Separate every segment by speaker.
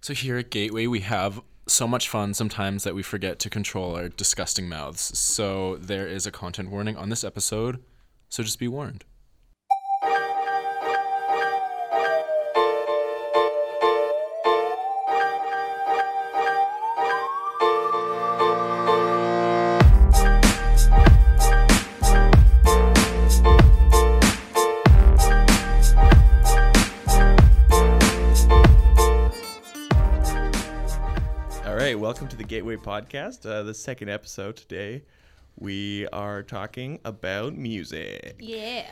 Speaker 1: So here at Gateway, we have so much fun sometimes that we forget to control our disgusting mouths. So there is a content warning on this episode, so just be warned.
Speaker 2: All right, welcome to the Gateway Podcast, uh, the second episode today. We are talking about music.
Speaker 3: Yeah.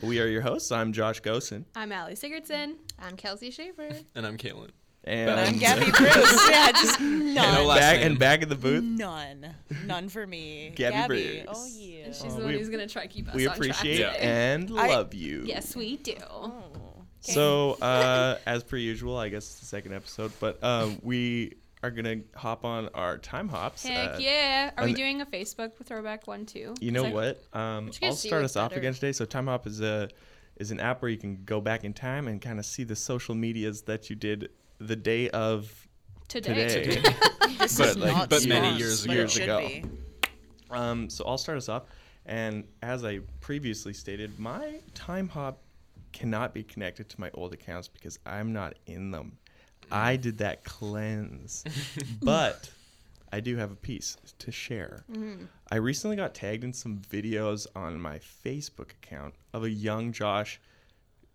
Speaker 2: We are your hosts. I'm Josh Gosen,
Speaker 3: I'm Allie Sigurdson.
Speaker 4: I'm Kelsey Schaefer.
Speaker 1: And I'm Caitlin.
Speaker 2: and
Speaker 5: I'm Gabby Bruce. Yeah, just
Speaker 1: no
Speaker 5: none.
Speaker 1: last
Speaker 2: back
Speaker 1: name.
Speaker 2: and back in the booth.
Speaker 5: None. None for me.
Speaker 2: Gabby Bruce.
Speaker 5: Mm, Oh, yeah.
Speaker 3: She's
Speaker 2: Oh,
Speaker 3: the one
Speaker 2: we-
Speaker 3: who's going to try to keep us
Speaker 2: We
Speaker 3: on track
Speaker 2: appreciate
Speaker 1: Yeah.
Speaker 3: today.
Speaker 2: and
Speaker 5: I-
Speaker 2: love you.
Speaker 3: Yes, we do.
Speaker 2: So, uh, as per usual, I guess it's the second episode, but um, we are gonna hop on our time hops.
Speaker 3: Heck
Speaker 2: Uh,
Speaker 3: yeah. Are we
Speaker 2: and-
Speaker 3: doing a Facebook throwback one too?
Speaker 2: You know
Speaker 3: 'Cause I-
Speaker 2: what? Um,
Speaker 4: you guys
Speaker 2: I'll
Speaker 4: do
Speaker 2: start
Speaker 4: is
Speaker 2: us off
Speaker 4: better.
Speaker 2: again today. So Time Hop is a is an app where you can go back in time and kind of see the social medias that you did the day of
Speaker 3: Today. Oh,
Speaker 2: today.
Speaker 5: This
Speaker 2: But,
Speaker 5: is
Speaker 2: like,
Speaker 5: not
Speaker 1: but
Speaker 5: smart,
Speaker 1: many years
Speaker 5: but it
Speaker 1: ago.
Speaker 5: should
Speaker 2: ago.
Speaker 5: be.
Speaker 2: um, so I'll start us off. And as I previously stated, my Time Hop cannot be connected to my old accounts because I'm not in them. I did that cleanse, but I do have a piece to share. I recently got tagged in some videos on my Facebook account of a young Josh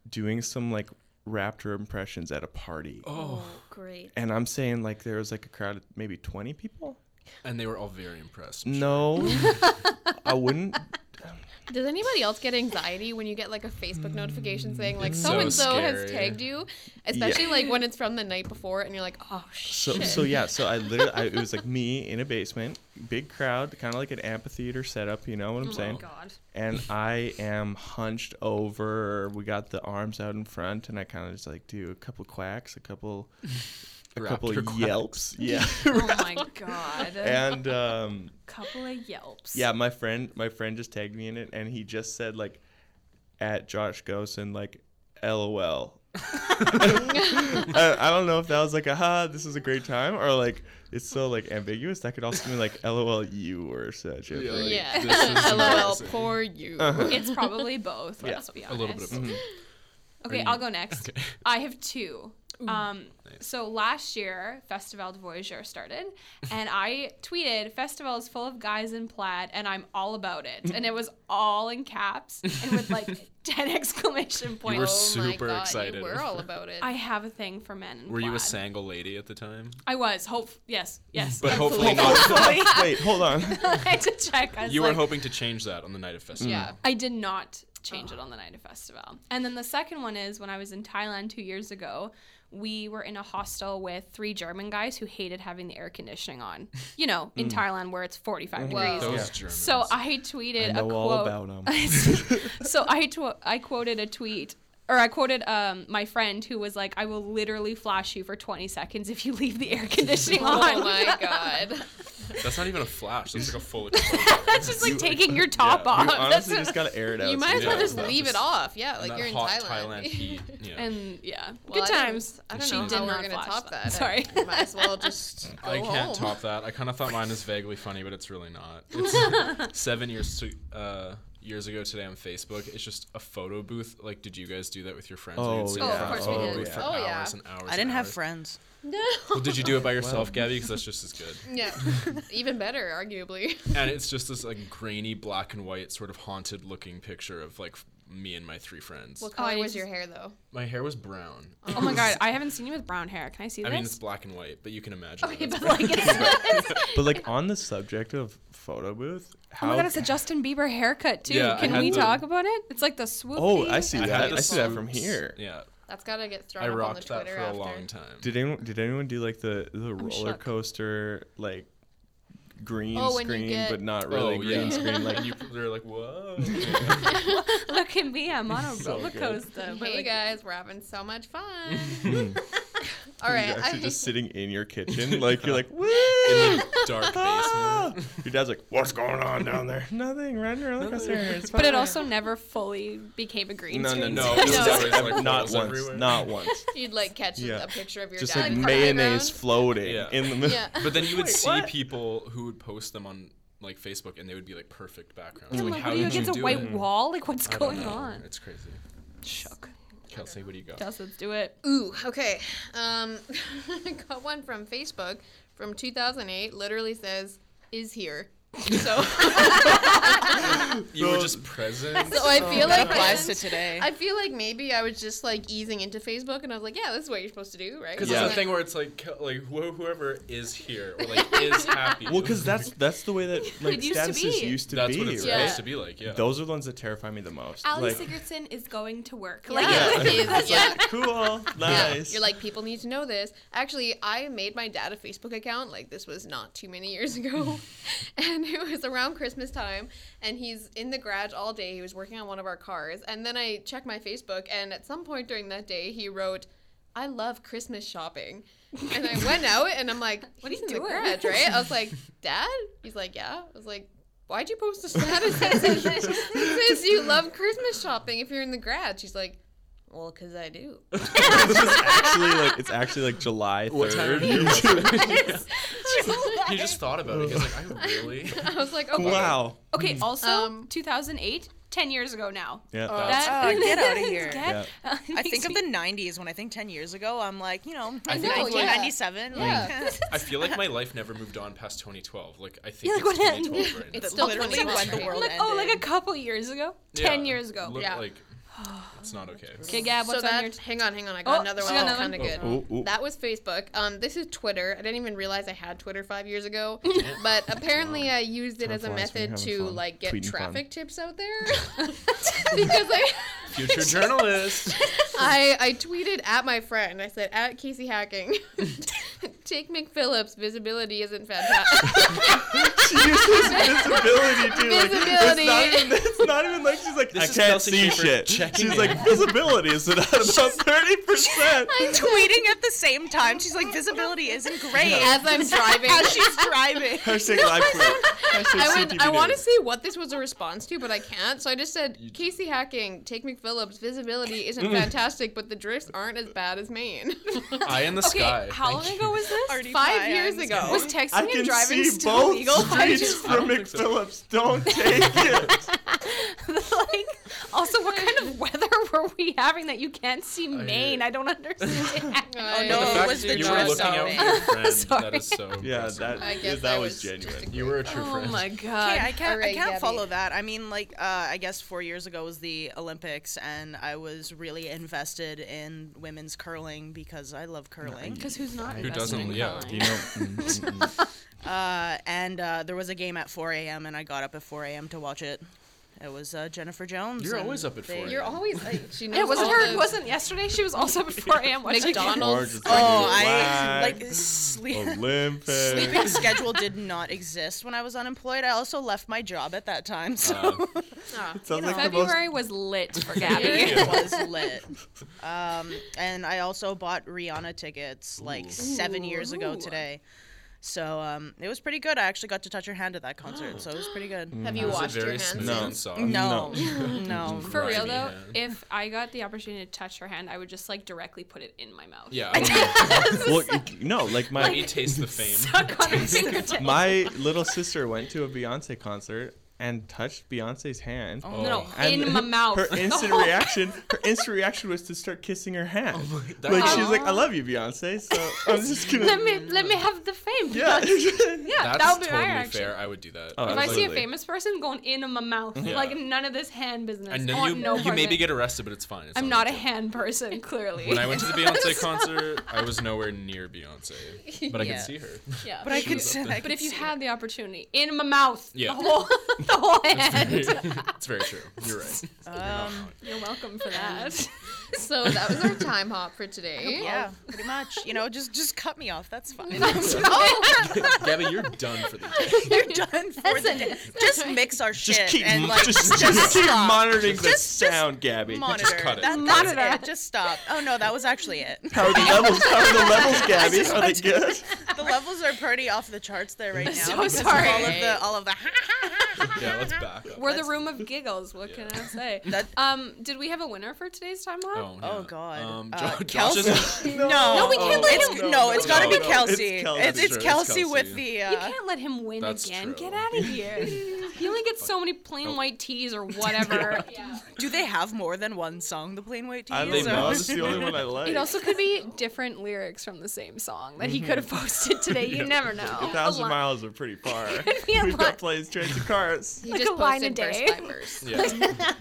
Speaker 2: doing some like raptor impressions at a party.
Speaker 1: Oh,
Speaker 4: Great.
Speaker 2: And I'm saying like there was like a crowd of maybe 20 people.
Speaker 1: and they were all very impressed. I'm
Speaker 2: No, I wouldn't.
Speaker 4: Does anybody else get anxiety when you get like a Facebook notification saying
Speaker 1: Mm,
Speaker 4: like
Speaker 1: It's
Speaker 4: so
Speaker 1: so
Speaker 4: and so
Speaker 1: scary.
Speaker 4: has tagged you? Especially like when it's from the night before and you're like, oh
Speaker 2: So,
Speaker 4: shit.
Speaker 2: so yeah, so I literally, I, it was like me in a basement, big crowd, kind of like an amphitheater setup, you know what I'm
Speaker 3: Oh my
Speaker 2: saying?
Speaker 3: god.
Speaker 2: And I am hunched over. We got the arms out in front, and I kind of just like do a couple quacks, a couple, a
Speaker 1: Raptor
Speaker 2: couple
Speaker 1: quacks.
Speaker 2: yelps, yeah.
Speaker 3: Oh my god.
Speaker 2: and um,
Speaker 3: couple of yelps.
Speaker 2: yeah, my friend, my friend just tagged me in it, and he just said like, at Josh Gosen, like, LOL. I, I don't know if that was like, aha, this is a great time, or like, it's so like ambiguous. That could also mean like, LOL, you or such.
Speaker 1: Yeah,
Speaker 2: Like,
Speaker 4: yeah.
Speaker 1: This is Uh-huh.
Speaker 4: LOL,
Speaker 1: embarrassing.
Speaker 4: poor you.
Speaker 3: It's probably both. Let's be
Speaker 1: A
Speaker 3: honest.
Speaker 1: little bit of both.
Speaker 3: Okay,
Speaker 1: you-
Speaker 3: I'll go next.
Speaker 1: Okay.
Speaker 3: I have two. Um, So last year, Festival de Voyageur started, and I tweeted, Festival is full of guys in plaid, and I'm all about it. And it was all in caps and with like 10 exclamation
Speaker 1: were
Speaker 3: points.
Speaker 4: oh my
Speaker 1: super
Speaker 4: God,
Speaker 1: excited.
Speaker 4: You were all about it.
Speaker 3: I have a thing for men. In
Speaker 1: Were you a
Speaker 3: plaid.
Speaker 1: sangle lady at the time?
Speaker 3: I was. Hope. Yes. Yes.
Speaker 1: But
Speaker 3: absolutely.
Speaker 1: hopefully not.
Speaker 2: Wait, hold on.
Speaker 3: I had to check. I was
Speaker 1: You were
Speaker 3: like,
Speaker 1: hoping to change that on the night of festival.
Speaker 4: yeah.
Speaker 3: I did not change
Speaker 4: Uh-huh.
Speaker 3: it on the night of festival. And then the second one is when I was in Thailand two years ago, we were in a hostel with three German guys who hated having the air conditioning on. You know,
Speaker 2: Mm.
Speaker 3: in Thailand where it's 45
Speaker 4: Wow.
Speaker 3: degrees.
Speaker 1: Those
Speaker 2: Yeah.
Speaker 1: Germans.
Speaker 3: So
Speaker 4: uh,
Speaker 3: I tweeted
Speaker 2: I know
Speaker 3: a
Speaker 2: all
Speaker 3: quote.
Speaker 2: about 'em.
Speaker 3: so I tw- I quoted a tweet. Or I quoted um, my friend who was like, "I will literally flash you for 20 seconds if you leave the air conditioning on."
Speaker 4: oh my god.
Speaker 1: That's not even a flash. That's like a full explosion.
Speaker 3: That's just like taking your top
Speaker 2: Yeah,
Speaker 3: off.
Speaker 2: You
Speaker 3: That's
Speaker 2: honestly
Speaker 3: what-
Speaker 2: just gotta air it out.
Speaker 4: you might as well
Speaker 1: Yeah.
Speaker 4: just
Speaker 1: That
Speaker 4: leave
Speaker 1: was-
Speaker 4: it off. Yeah,
Speaker 1: And
Speaker 4: like
Speaker 1: that
Speaker 4: you're in
Speaker 1: hot
Speaker 4: Thailand.
Speaker 1: Thailand heat. Yeah.
Speaker 3: and yeah,
Speaker 4: Well, I
Speaker 3: good
Speaker 4: don't-
Speaker 3: times.
Speaker 4: I don't
Speaker 3: She
Speaker 4: know
Speaker 3: did
Speaker 4: how
Speaker 3: not
Speaker 4: we're gonna
Speaker 3: flash
Speaker 4: top
Speaker 3: them.
Speaker 4: that.
Speaker 3: Sorry.
Speaker 4: I might as well just go
Speaker 1: I can't
Speaker 4: home.
Speaker 1: top that. I kind of thought mine was vaguely funny, but it's really not. It's seven years to, uh, years ago today on Facebook. It's just a photo booth. Like, did you guys do that with your friends?
Speaker 2: Oh,
Speaker 1: You'd sit in
Speaker 2: yeah.
Speaker 1: front
Speaker 4: Oh, of
Speaker 1: a
Speaker 4: course
Speaker 1: photo
Speaker 4: we did.
Speaker 1: booth For
Speaker 4: Oh,
Speaker 1: hours
Speaker 4: yeah.
Speaker 1: and hours.
Speaker 5: I
Speaker 1: and
Speaker 5: didn't have
Speaker 1: hours.
Speaker 5: friends.
Speaker 4: No.
Speaker 1: Well, did you do it by yourself, Gabby? Because that's just as good.
Speaker 4: yeah. Even better, arguably.
Speaker 1: And it's just this like grainy black and white sort of haunted looking picture of like me and my three friends.
Speaker 4: What color
Speaker 3: you
Speaker 4: was
Speaker 3: just-
Speaker 4: your hair though?
Speaker 1: my hair was brown.
Speaker 3: Oh my god, I haven't seen you with brown hair. Can I see
Speaker 1: I
Speaker 3: this?
Speaker 1: mean, it's black and white, but you can imagine. that
Speaker 4: Okay,
Speaker 1: it's
Speaker 4: but like it's
Speaker 2: But like on the subject of photo booth,
Speaker 3: oh
Speaker 2: how?
Speaker 3: my god, it's a Justin Bieber haircut too.
Speaker 1: Yeah, I
Speaker 3: Can
Speaker 1: had
Speaker 3: we
Speaker 1: the-
Speaker 3: talk about it? It's like the swoop.
Speaker 2: Oh, I see
Speaker 1: I had
Speaker 2: that.
Speaker 1: the
Speaker 2: I see that from
Speaker 1: swoops.
Speaker 2: here.
Speaker 1: Yeah,
Speaker 4: That's gotta get thrown
Speaker 1: I
Speaker 4: up on the
Speaker 1: rocked
Speaker 4: Twitter
Speaker 1: that for
Speaker 4: after.
Speaker 1: a long time.
Speaker 2: Did anyone did anyone do like the the roller
Speaker 3: shook.
Speaker 2: coaster like green
Speaker 4: Oh, when you
Speaker 2: screen
Speaker 4: get-
Speaker 2: but not really
Speaker 1: oh,
Speaker 2: green
Speaker 1: yeah.
Speaker 2: screen like
Speaker 1: and you, they're like, whoa.
Speaker 3: Look at me, I'm on a
Speaker 2: So
Speaker 3: roller
Speaker 2: good.
Speaker 3: coaster. but
Speaker 4: Hey
Speaker 3: like-
Speaker 4: guys, we're having so much fun. All right,
Speaker 2: you're actually
Speaker 4: I-
Speaker 2: just sitting in your kitchen like you're like woo
Speaker 1: in the dark basement.
Speaker 2: Your dad's like, "What's going on down there?" Nothing. Run around the upstairs. It's
Speaker 3: But it
Speaker 2: fine."
Speaker 3: also never fully became a green
Speaker 2: No, no,
Speaker 1: uh,
Speaker 3: screen.
Speaker 1: No,
Speaker 2: no,
Speaker 1: it was
Speaker 3: No.
Speaker 1: always like
Speaker 2: not
Speaker 1: holes
Speaker 2: once.
Speaker 1: everywhere.
Speaker 2: Not once.
Speaker 4: You'd like catch
Speaker 2: Yeah.
Speaker 4: a picture of your
Speaker 2: Just
Speaker 4: dad.
Speaker 2: like
Speaker 4: in the background.
Speaker 2: mayonnaise floating
Speaker 1: Yeah.
Speaker 2: in the middle.
Speaker 4: Yeah.
Speaker 1: But then you would
Speaker 2: Wait,
Speaker 1: see
Speaker 2: what?
Speaker 1: people who would post them on like Facebook, and they would be like perfect backgrounds.
Speaker 3: I'm
Speaker 1: Like,
Speaker 3: like,
Speaker 1: how
Speaker 3: what do you
Speaker 1: did you
Speaker 3: against a
Speaker 1: do
Speaker 3: white
Speaker 1: it?
Speaker 3: wall? Like, what's
Speaker 1: I don't
Speaker 3: going
Speaker 1: know.
Speaker 3: on?
Speaker 1: It's crazy.
Speaker 3: Shook.
Speaker 1: Kelsey, what do you got?
Speaker 3: Just let's do it.
Speaker 4: Ooh, okay. Um, I got one from Facebook from 2008. Literally says, "Is here." So, so
Speaker 1: You were just present.
Speaker 4: I feel
Speaker 5: That
Speaker 4: like
Speaker 5: applies to today.
Speaker 4: I feel like maybe I was just like easing into Facebook, and I was like, "Yeah, this is what you're supposed to do, right?"
Speaker 1: Because
Speaker 2: Yeah.
Speaker 1: it's a thing where it's like, Kel- like who- whoever is here or like is happy.
Speaker 2: Well, because that's that's the way that like
Speaker 3: It used to
Speaker 2: statuses
Speaker 3: be.
Speaker 2: used to
Speaker 1: that's
Speaker 2: be,
Speaker 1: what it's
Speaker 2: right?
Speaker 1: supposed to be like. Yeah.
Speaker 2: Those are the ones that terrify me the most.
Speaker 3: Allie
Speaker 2: like,
Speaker 3: Sigurdson is going to work.
Speaker 4: Like,
Speaker 2: Yeah.
Speaker 4: it is.
Speaker 2: It's
Speaker 4: yeah.
Speaker 2: like, cool,
Speaker 4: Yeah.
Speaker 2: nice.
Speaker 4: You're like, people need to know this. Actually, I made my dad a Facebook account. Like, this was not too many years ago. and it was around Christmas time. And he's in the garage all day. He was working on one of our cars. And then I checked my Facebook. And at some point during that day, he wrote, I love Christmas shopping. And I went out and I'm like, what
Speaker 3: He's
Speaker 4: is in the
Speaker 3: doing
Speaker 4: garage,
Speaker 3: it.
Speaker 4: right? I was like, Dad? He's like, yeah. I was like, Why'd you post a status that says- that says you love Christmas shopping if you're in the garage? He's like, well, because I do.
Speaker 2: it's just actually like it's actually like July
Speaker 1: What time
Speaker 2: third.
Speaker 1: of year was
Speaker 4: I
Speaker 1: he just thought about it. He's like, I really.
Speaker 4: was like, oh, okay.
Speaker 2: wow.
Speaker 3: Okay,
Speaker 1: Mm.
Speaker 3: also,
Speaker 4: Um,
Speaker 3: 2008, 10 years ago now.
Speaker 2: Yeah.
Speaker 1: That's-
Speaker 5: Ah, get outta here.
Speaker 3: Get-
Speaker 5: I think of the 90s when I think 10 years ago, I'm like, you know,
Speaker 1: I know,
Speaker 5: 1997.
Speaker 1: Mm.
Speaker 4: yeah.
Speaker 5: Like,
Speaker 1: I feel like my life never moved on past 2012. Like I think
Speaker 3: Yeah,
Speaker 1: it's
Speaker 3: like, what happened?
Speaker 1: 2012 right now.
Speaker 4: It's still
Speaker 5: literally
Speaker 4: 20
Speaker 5: when the
Speaker 4: right?
Speaker 5: world
Speaker 3: Like,
Speaker 5: ended.
Speaker 3: oh, like a couple years ago? 10
Speaker 1: Yeah.
Speaker 3: years ago.
Speaker 1: Look,
Speaker 4: Yeah.
Speaker 1: Like, it's not okay.
Speaker 3: Okay, Gab, what's
Speaker 4: so
Speaker 3: on
Speaker 4: that,
Speaker 3: your.
Speaker 4: hang on, hang on. I got
Speaker 3: Oh,
Speaker 4: another
Speaker 3: she
Speaker 4: one
Speaker 3: got
Speaker 4: that's kind
Speaker 3: another
Speaker 4: of
Speaker 1: one.
Speaker 4: good.
Speaker 2: Ooh, ooh.
Speaker 4: Uh, That was Facebook. Um, this is Twitter. I didn't even realize I had Twitter five years ago, but apparently I used it
Speaker 2: Time
Speaker 4: as a
Speaker 2: flies when you're
Speaker 4: method
Speaker 2: having
Speaker 4: to
Speaker 2: fun.
Speaker 4: like get
Speaker 2: Tweeting fun.
Speaker 4: traffic tips out there because I.
Speaker 1: Future journalist.
Speaker 4: I, I tweeted at my friend. I said, at Casey Hacking, take McPhillips. Visibility isn't fantastic.
Speaker 2: She uses visibility too. Like,
Speaker 4: Visibility.
Speaker 2: It's not, even, it's not even like she's like
Speaker 1: This
Speaker 2: I
Speaker 1: is
Speaker 2: can't
Speaker 1: Kelsey
Speaker 2: see
Speaker 1: Schaefer
Speaker 2: shit.
Speaker 1: checking
Speaker 2: She's
Speaker 1: in.
Speaker 2: like visibility is about thirty percent.
Speaker 5: tweeting at the same time. She's like, visibility isn't great.
Speaker 4: As I'm driving.
Speaker 5: As she's driving.
Speaker 2: Hashtag live tweet. Hashtag
Speaker 4: I would. I
Speaker 2: CTBD.
Speaker 4: want to say what this was a response to, but I can't. So I just said
Speaker 1: You- Mm-hmm.
Speaker 4: Casey hacking. Take McPhillips. Visibility isn't fantastic, but the drifts aren't as bad as Maine.
Speaker 1: Eye in the
Speaker 3: Okay,
Speaker 1: sky.
Speaker 3: how
Speaker 1: Thank
Speaker 3: long
Speaker 1: you.
Speaker 3: ago was this?
Speaker 5: Already
Speaker 4: Five
Speaker 5: fine,
Speaker 4: years
Speaker 5: I'm
Speaker 4: ago.
Speaker 5: sorry.
Speaker 3: Was texting and driving still illegal?
Speaker 2: streets
Speaker 1: I don't
Speaker 2: from
Speaker 1: think so.
Speaker 2: McPhillips. Don't take it.
Speaker 3: like, also, what kind of weather were we having that you can't see Maine? I don't understand.
Speaker 4: I-
Speaker 5: no,
Speaker 1: The
Speaker 5: it
Speaker 1: fact
Speaker 5: was
Speaker 1: that
Speaker 5: the
Speaker 1: you were
Speaker 5: dress
Speaker 1: looking out
Speaker 5: outfit.
Speaker 1: for your friend. That
Speaker 3: Sorry.
Speaker 1: is so.
Speaker 2: Yeah,
Speaker 1: impressive.
Speaker 2: that
Speaker 4: I guess
Speaker 2: that
Speaker 4: I
Speaker 2: was,
Speaker 4: was just
Speaker 2: genuine.
Speaker 4: a-
Speaker 1: You were a true
Speaker 3: oh
Speaker 1: friend.
Speaker 3: my god.
Speaker 5: Okay, I can't,
Speaker 4: Alright,
Speaker 5: I can't
Speaker 4: Gabby.
Speaker 5: follow that. I mean, like, uh, I guess four years ago was the Olympics, and I was really invested in women's curling because I love curling.
Speaker 3: Because who's not?
Speaker 1: Who doesn't?
Speaker 3: investing in
Speaker 1: Yeah.
Speaker 3: Kali?
Speaker 2: You know,
Speaker 5: Uh, and uh, there was a game at 4 a.m., and I got up at 4 a.m. to watch it. It was uh, Jennifer Jones.
Speaker 1: You're
Speaker 5: and
Speaker 1: always up at
Speaker 5: they-
Speaker 1: 4 a.m.
Speaker 4: You're always like she knows.
Speaker 3: Yeah, it wasn't
Speaker 4: all
Speaker 3: her. It
Speaker 4: the-
Speaker 3: wasn't yesterday. She was also before AM. watching it.
Speaker 2: George
Speaker 4: McDonald's.
Speaker 2: is
Speaker 5: Oh,
Speaker 2: like,
Speaker 5: I
Speaker 2: "Relax,
Speaker 5: like
Speaker 1: Oh,
Speaker 5: sleep.
Speaker 2: Olympics.
Speaker 5: Sleeping schedule did not exist when I was unemployed. I also left my job at that time, so
Speaker 1: Uh,
Speaker 4: Ah.
Speaker 2: Sounds like the most.
Speaker 3: February was lit for Gabby.
Speaker 5: it was lit. Um, and I also bought Rihanna tickets like seven years ago today. So um, it was pretty good. I actually got to touch her hand at that concert, so it was pretty good.
Speaker 4: Have you
Speaker 1: was it
Speaker 4: washed your
Speaker 1: very
Speaker 4: hands?
Speaker 1: smooth
Speaker 2: No.
Speaker 1: and soft?
Speaker 5: No,
Speaker 2: No.
Speaker 5: no.
Speaker 3: For real
Speaker 1: Grimy
Speaker 3: though,
Speaker 1: hand.
Speaker 3: if I got the opportunity to touch her hand, I would just like directly put it in my mouth.
Speaker 1: Yeah. I mean,
Speaker 2: Well, it- no, like my
Speaker 1: Let me taste the fame.
Speaker 3: Suck on her fingertip.
Speaker 2: my little sister went to a Beyonce concert and touched Beyonce's hand. Oh.
Speaker 3: No, Oh, no,
Speaker 2: And
Speaker 3: in my mouth.
Speaker 2: Her
Speaker 3: The
Speaker 2: instant
Speaker 3: whole-
Speaker 2: reaction, her instant reaction was to start kissing her hand.
Speaker 1: that-
Speaker 2: like she was like, "I love you, Beyonce." So I'm just gonna.
Speaker 3: Let me let me have the fame.
Speaker 2: yeah.
Speaker 3: yeah,
Speaker 1: That's
Speaker 3: that would be
Speaker 1: totally
Speaker 3: my reaction.
Speaker 1: fair. I would do that.
Speaker 2: Oh,
Speaker 3: If
Speaker 1: I'd
Speaker 3: I
Speaker 1: like-
Speaker 3: see a
Speaker 2: Absolutely.
Speaker 3: famous person going in my mouth,
Speaker 1: Yeah.
Speaker 3: like none of this hand business.
Speaker 1: and
Speaker 3: I want
Speaker 1: then you,
Speaker 3: no
Speaker 1: you
Speaker 3: part of
Speaker 1: maybe
Speaker 3: it.
Speaker 1: get arrested, but it's fine. It's
Speaker 3: I'm
Speaker 1: not
Speaker 3: not
Speaker 1: a
Speaker 3: a
Speaker 1: big deal.
Speaker 3: hand person, clearly.
Speaker 1: When I went to the Beyonce concert, I was nowhere near Beyonce, but I
Speaker 5: Yeah.
Speaker 1: could see her.
Speaker 3: yeah.
Speaker 5: But I could.
Speaker 1: was up
Speaker 5: I
Speaker 1: there.
Speaker 5: could
Speaker 3: But if you
Speaker 5: see
Speaker 3: had the opportunity, in my mouth,
Speaker 1: Yeah.
Speaker 3: the whole the whole
Speaker 1: It's
Speaker 3: hand.
Speaker 1: very- it's very true. You're right. You're
Speaker 5: Um,
Speaker 1: not wrong.
Speaker 3: You're welcome for that.
Speaker 4: So that was our time hop for today.
Speaker 5: Yeah, pretty much. You know, just just cut me off. That's fine.
Speaker 1: Gabby, you're done for the day.
Speaker 5: You're done for the day. Just mix our shit
Speaker 2: Just keep,
Speaker 5: and like
Speaker 2: just,
Speaker 5: just,
Speaker 2: just keep
Speaker 5: stop.
Speaker 2: monitoring the
Speaker 5: Just- just
Speaker 2: sound, Gabby.
Speaker 5: Monitor.
Speaker 1: cut it.
Speaker 5: That,
Speaker 3: Monitor.
Speaker 5: That's it. Just stop. Oh no, that was actually it.
Speaker 2: How are the levels? How are the levels, Gabby?
Speaker 5: just
Speaker 2: Are they good?
Speaker 5: The levels are pretty off the charts there right now.
Speaker 3: So
Speaker 5: because of
Speaker 3: sorry.
Speaker 5: All of the all of the
Speaker 1: Yeah, let's back up.
Speaker 3: We're the room of giggles. What can I say?
Speaker 5: That-
Speaker 3: um, did we have a winner for today's time hop?
Speaker 1: Oh,
Speaker 5: Oh,
Speaker 1: yeah.
Speaker 5: God.
Speaker 1: Um,
Speaker 5: Uh,
Speaker 1: Jo- Josh is-
Speaker 5: no. No,
Speaker 3: we can't let
Speaker 5: it's,
Speaker 3: him-
Speaker 5: no,
Speaker 2: no,
Speaker 5: it's
Speaker 1: no,
Speaker 5: got to
Speaker 1: no,
Speaker 5: be
Speaker 1: no.
Speaker 5: Kelsey.
Speaker 2: It's
Speaker 5: It's
Speaker 2: Kelsey.
Speaker 5: Kelsey, it's,
Speaker 1: Sure, it's
Speaker 5: Kelsey
Speaker 1: Kelsey.
Speaker 5: with the.
Speaker 3: You
Speaker 5: Uh,
Speaker 3: can't let him win
Speaker 1: That's true.
Speaker 3: again.
Speaker 1: Oh.
Speaker 3: Get out of here. he only gets so many plain white teas or whatever.
Speaker 5: do they have more than one song? The plain white
Speaker 2: I
Speaker 5: tees.
Speaker 2: don't
Speaker 5: or-
Speaker 2: know. This is the only one I like.
Speaker 3: It also could be different lyrics from the same song that he could have posted today. You never know.
Speaker 2: a thousand
Speaker 3: li-
Speaker 2: miles are pretty far.
Speaker 3: be a
Speaker 2: We've
Speaker 3: lot.
Speaker 2: got planes, trains, and cars.
Speaker 4: He
Speaker 3: Like
Speaker 4: just
Speaker 3: a line a
Speaker 4: posted verse
Speaker 3: day.
Speaker 4: by verse.
Speaker 1: yeah.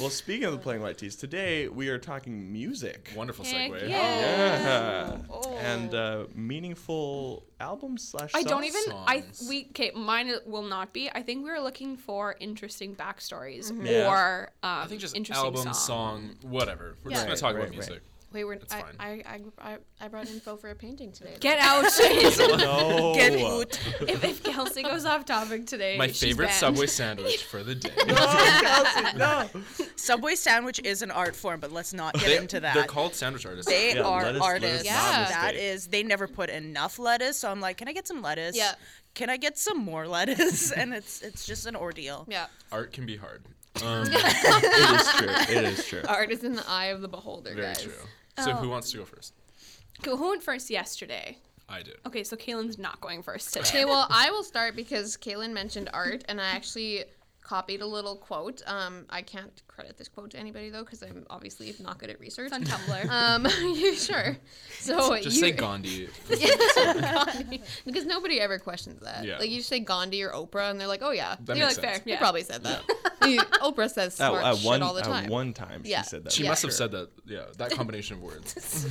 Speaker 2: Well, speaking of the playing white tees, today we are talking music.
Speaker 1: Wonderful
Speaker 3: Heck
Speaker 1: segue.
Speaker 3: yeah.
Speaker 2: Yeah. And
Speaker 4: Oh.
Speaker 2: uh, meaningful albums slash.
Speaker 3: I don't
Speaker 2: songs.
Speaker 3: even. I
Speaker 1: songs.
Speaker 3: we okay. Mine will not be. I think we were looking for interesting backstories
Speaker 2: Yeah.
Speaker 3: or um,
Speaker 1: I think just
Speaker 3: interesting
Speaker 1: album,
Speaker 3: songs.
Speaker 1: song, whatever. We're
Speaker 4: Yeah.
Speaker 1: just gonna talk about
Speaker 2: Right, right, right.
Speaker 1: music.
Speaker 4: Wait, we're, I,
Speaker 1: fine.
Speaker 4: I, I, I brought info for a painting today.
Speaker 3: Get out! if,
Speaker 2: No.
Speaker 5: Get out.
Speaker 3: if Kelsey goes off topic today,
Speaker 1: My
Speaker 3: she's
Speaker 1: favorite
Speaker 3: banned.
Speaker 1: Subway sandwich for the day.
Speaker 2: Oh, Kelsey, no.
Speaker 5: Subway sandwich is an art form, but let's not get
Speaker 1: They-
Speaker 5: into that.
Speaker 1: They're called sandwich artists.
Speaker 5: They
Speaker 2: Yeah,
Speaker 5: are
Speaker 2: lettuce-
Speaker 5: artists.
Speaker 2: lettuce
Speaker 4: not Yeah.
Speaker 5: That
Speaker 2: mistake.
Speaker 5: is, they never put enough lettuce. So I'm like, can I get some lettuce?
Speaker 4: Yeah.
Speaker 5: Can I get some more lettuce? and it's it's just an ordeal.
Speaker 4: Yeah.
Speaker 1: Art can be hard. Um,
Speaker 2: It is true. It is true.
Speaker 4: Art is in the eye of the beholder,
Speaker 1: very
Speaker 4: guys.
Speaker 1: true. So who wants to go first?
Speaker 3: Go- Who went first yesterday?
Speaker 1: I did.
Speaker 3: Okay, so Kaylin's not going first today.
Speaker 4: Okay, well, I will start because Kaylin mentioned art, and I actually copied a little quote. Um, I can't credit this quote to anybody though, because I'm obviously not good at research.
Speaker 3: on Tumblr.
Speaker 4: Um, you sure? So
Speaker 1: Just
Speaker 4: you,
Speaker 1: say Gandhi.
Speaker 4: Gandhi, because nobody ever questions that.
Speaker 1: Yeah.
Speaker 4: Like you say Gandhi or Oprah, and they're like, oh yeah,
Speaker 1: That
Speaker 4: you're
Speaker 1: makes
Speaker 4: like fair.
Speaker 1: sense.
Speaker 4: You
Speaker 3: Yeah.
Speaker 4: probably said that. You- Oprah says
Speaker 2: At,
Speaker 4: smart
Speaker 2: at
Speaker 4: shit
Speaker 2: one,
Speaker 4: all the
Speaker 2: at
Speaker 4: time.
Speaker 2: one time, she
Speaker 4: Yeah.
Speaker 2: said that.
Speaker 1: She
Speaker 2: for
Speaker 1: must have
Speaker 2: sure.
Speaker 1: said that. Yeah, that combination of words.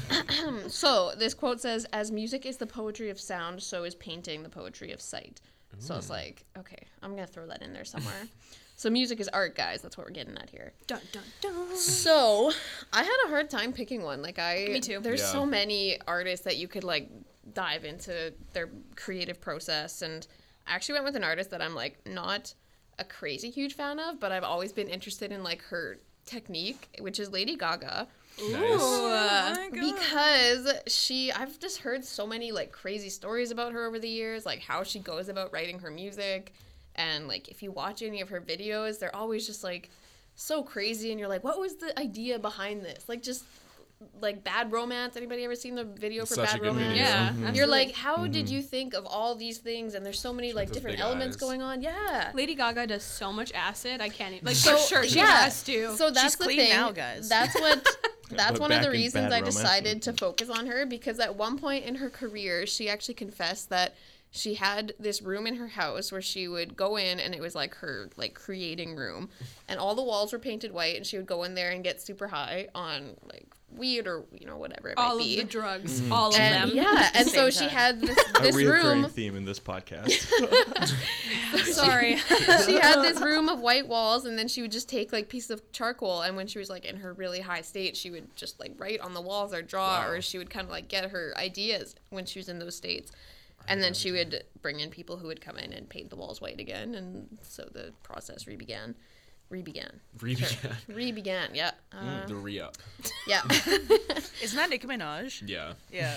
Speaker 4: So this quote says, "As music is the poetry of sound, so is painting the poetry of sight." So it's like, okay, I'm gonna throw that in there somewhere. so music is art, guys. That's what we're getting at here.
Speaker 3: dun dun dun.
Speaker 4: So I had a hard time picking one. Like I,
Speaker 3: Me too.
Speaker 4: There's
Speaker 1: Yeah.
Speaker 4: so many artists that you could like dive into their creative process, and I actually went with an artist that I'm like not a crazy huge fan of, but I've always been interested in like her technique, which is Lady Gaga
Speaker 1: Nice.
Speaker 4: Uh, because she i've just heard so many like crazy stories about her over the years like how she goes about writing her music and like if you watch any of her videos they're always just like so crazy and you're like what was the idea behind this like just like bad romance anybody ever seen the video for
Speaker 1: Such a
Speaker 4: bad
Speaker 1: good
Speaker 4: romance
Speaker 1: video. Mm-hmm.
Speaker 3: Yeah,
Speaker 4: you're
Speaker 3: absolutely.
Speaker 4: like how did you think of all these things and there's so many like
Speaker 1: those
Speaker 4: different
Speaker 1: big
Speaker 4: elements
Speaker 1: eyes.
Speaker 4: going on yeah
Speaker 3: Lady Gaga does so much acid. I can't even. Like,
Speaker 4: so
Speaker 3: for sure, she
Speaker 4: yeah.
Speaker 3: has to.
Speaker 4: So that's the
Speaker 5: clean
Speaker 4: thing.
Speaker 5: now, guys.
Speaker 4: That's what. That's
Speaker 2: But
Speaker 4: one of the
Speaker 2: back in
Speaker 4: reasons
Speaker 2: Bad
Speaker 4: I
Speaker 2: Romance.
Speaker 4: decided to focus on her because at one point in her career, she actually confessed that she had this room in her house where she would go in and it was like her like creating room and all the walls were painted white and she would go in there and get super high on like weed or you know whatever it
Speaker 3: all
Speaker 4: might
Speaker 3: of
Speaker 4: be
Speaker 3: the drugs, all of
Speaker 4: and
Speaker 3: them.
Speaker 4: yeah and so
Speaker 5: Same
Speaker 4: she
Speaker 5: time.
Speaker 4: had this,
Speaker 2: A
Speaker 4: this
Speaker 2: reoccurring
Speaker 4: room
Speaker 2: theme in this podcast.
Speaker 3: Sorry.
Speaker 4: she had this room of white walls and then she would just take like pieces of charcoal and when she was like in her really high state she would just like write on the walls or draw
Speaker 1: Wow.
Speaker 4: or she would kind of like get her ideas when she was in those states and then she would bring in people who would come in and paint the walls white again and so the process re-began re-began
Speaker 1: Read again.
Speaker 4: re-began yeah uh,
Speaker 1: The re up.
Speaker 4: yeah
Speaker 5: Isn't that Nicki Minaj?
Speaker 1: Yeah.
Speaker 5: Yeah.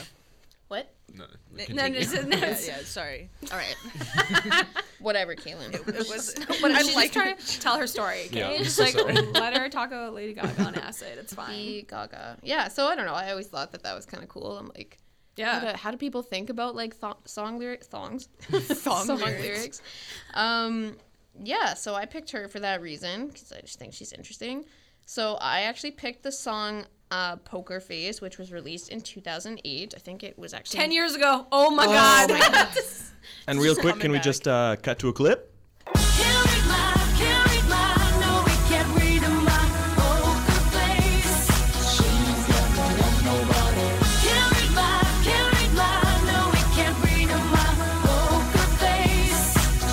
Speaker 4: what
Speaker 1: No.
Speaker 3: no,
Speaker 1: continue.
Speaker 3: no, so- no,
Speaker 5: Yeah,
Speaker 3: so-
Speaker 5: yeah, sorry.
Speaker 4: all right whatever kaylin
Speaker 5: It was.
Speaker 3: But
Speaker 5: I'm
Speaker 3: she's just
Speaker 5: like-
Speaker 3: trying to tell her story. Okay?
Speaker 1: Yeah, I'm
Speaker 3: just
Speaker 1: so
Speaker 3: like
Speaker 1: sorry.
Speaker 3: let her talk about Lady Gaga on acid. It's fine.
Speaker 4: Lady Gaga. Yeah, so I don't know. I always thought that that was kind of cool. I'm like,
Speaker 3: Yeah.
Speaker 4: How do, how do people think about like th- song lyrics, songs,
Speaker 5: Song lyrics.
Speaker 4: Um, yeah. So I picked her for that reason because I just think she's interesting. So I actually picked the song uh, "Poker Face," which was released in 2008. I think it was actually
Speaker 3: Ten years ago. Oh my god.
Speaker 2: and real
Speaker 5: Just
Speaker 2: quick, can we
Speaker 5: coming
Speaker 2: just uh, cut to a clip?
Speaker 6: Can't read my, can't read my, no, we can't read my poker face. She's not gonna let nobody. Can't read my, can't read my, no, we can't read my poker face.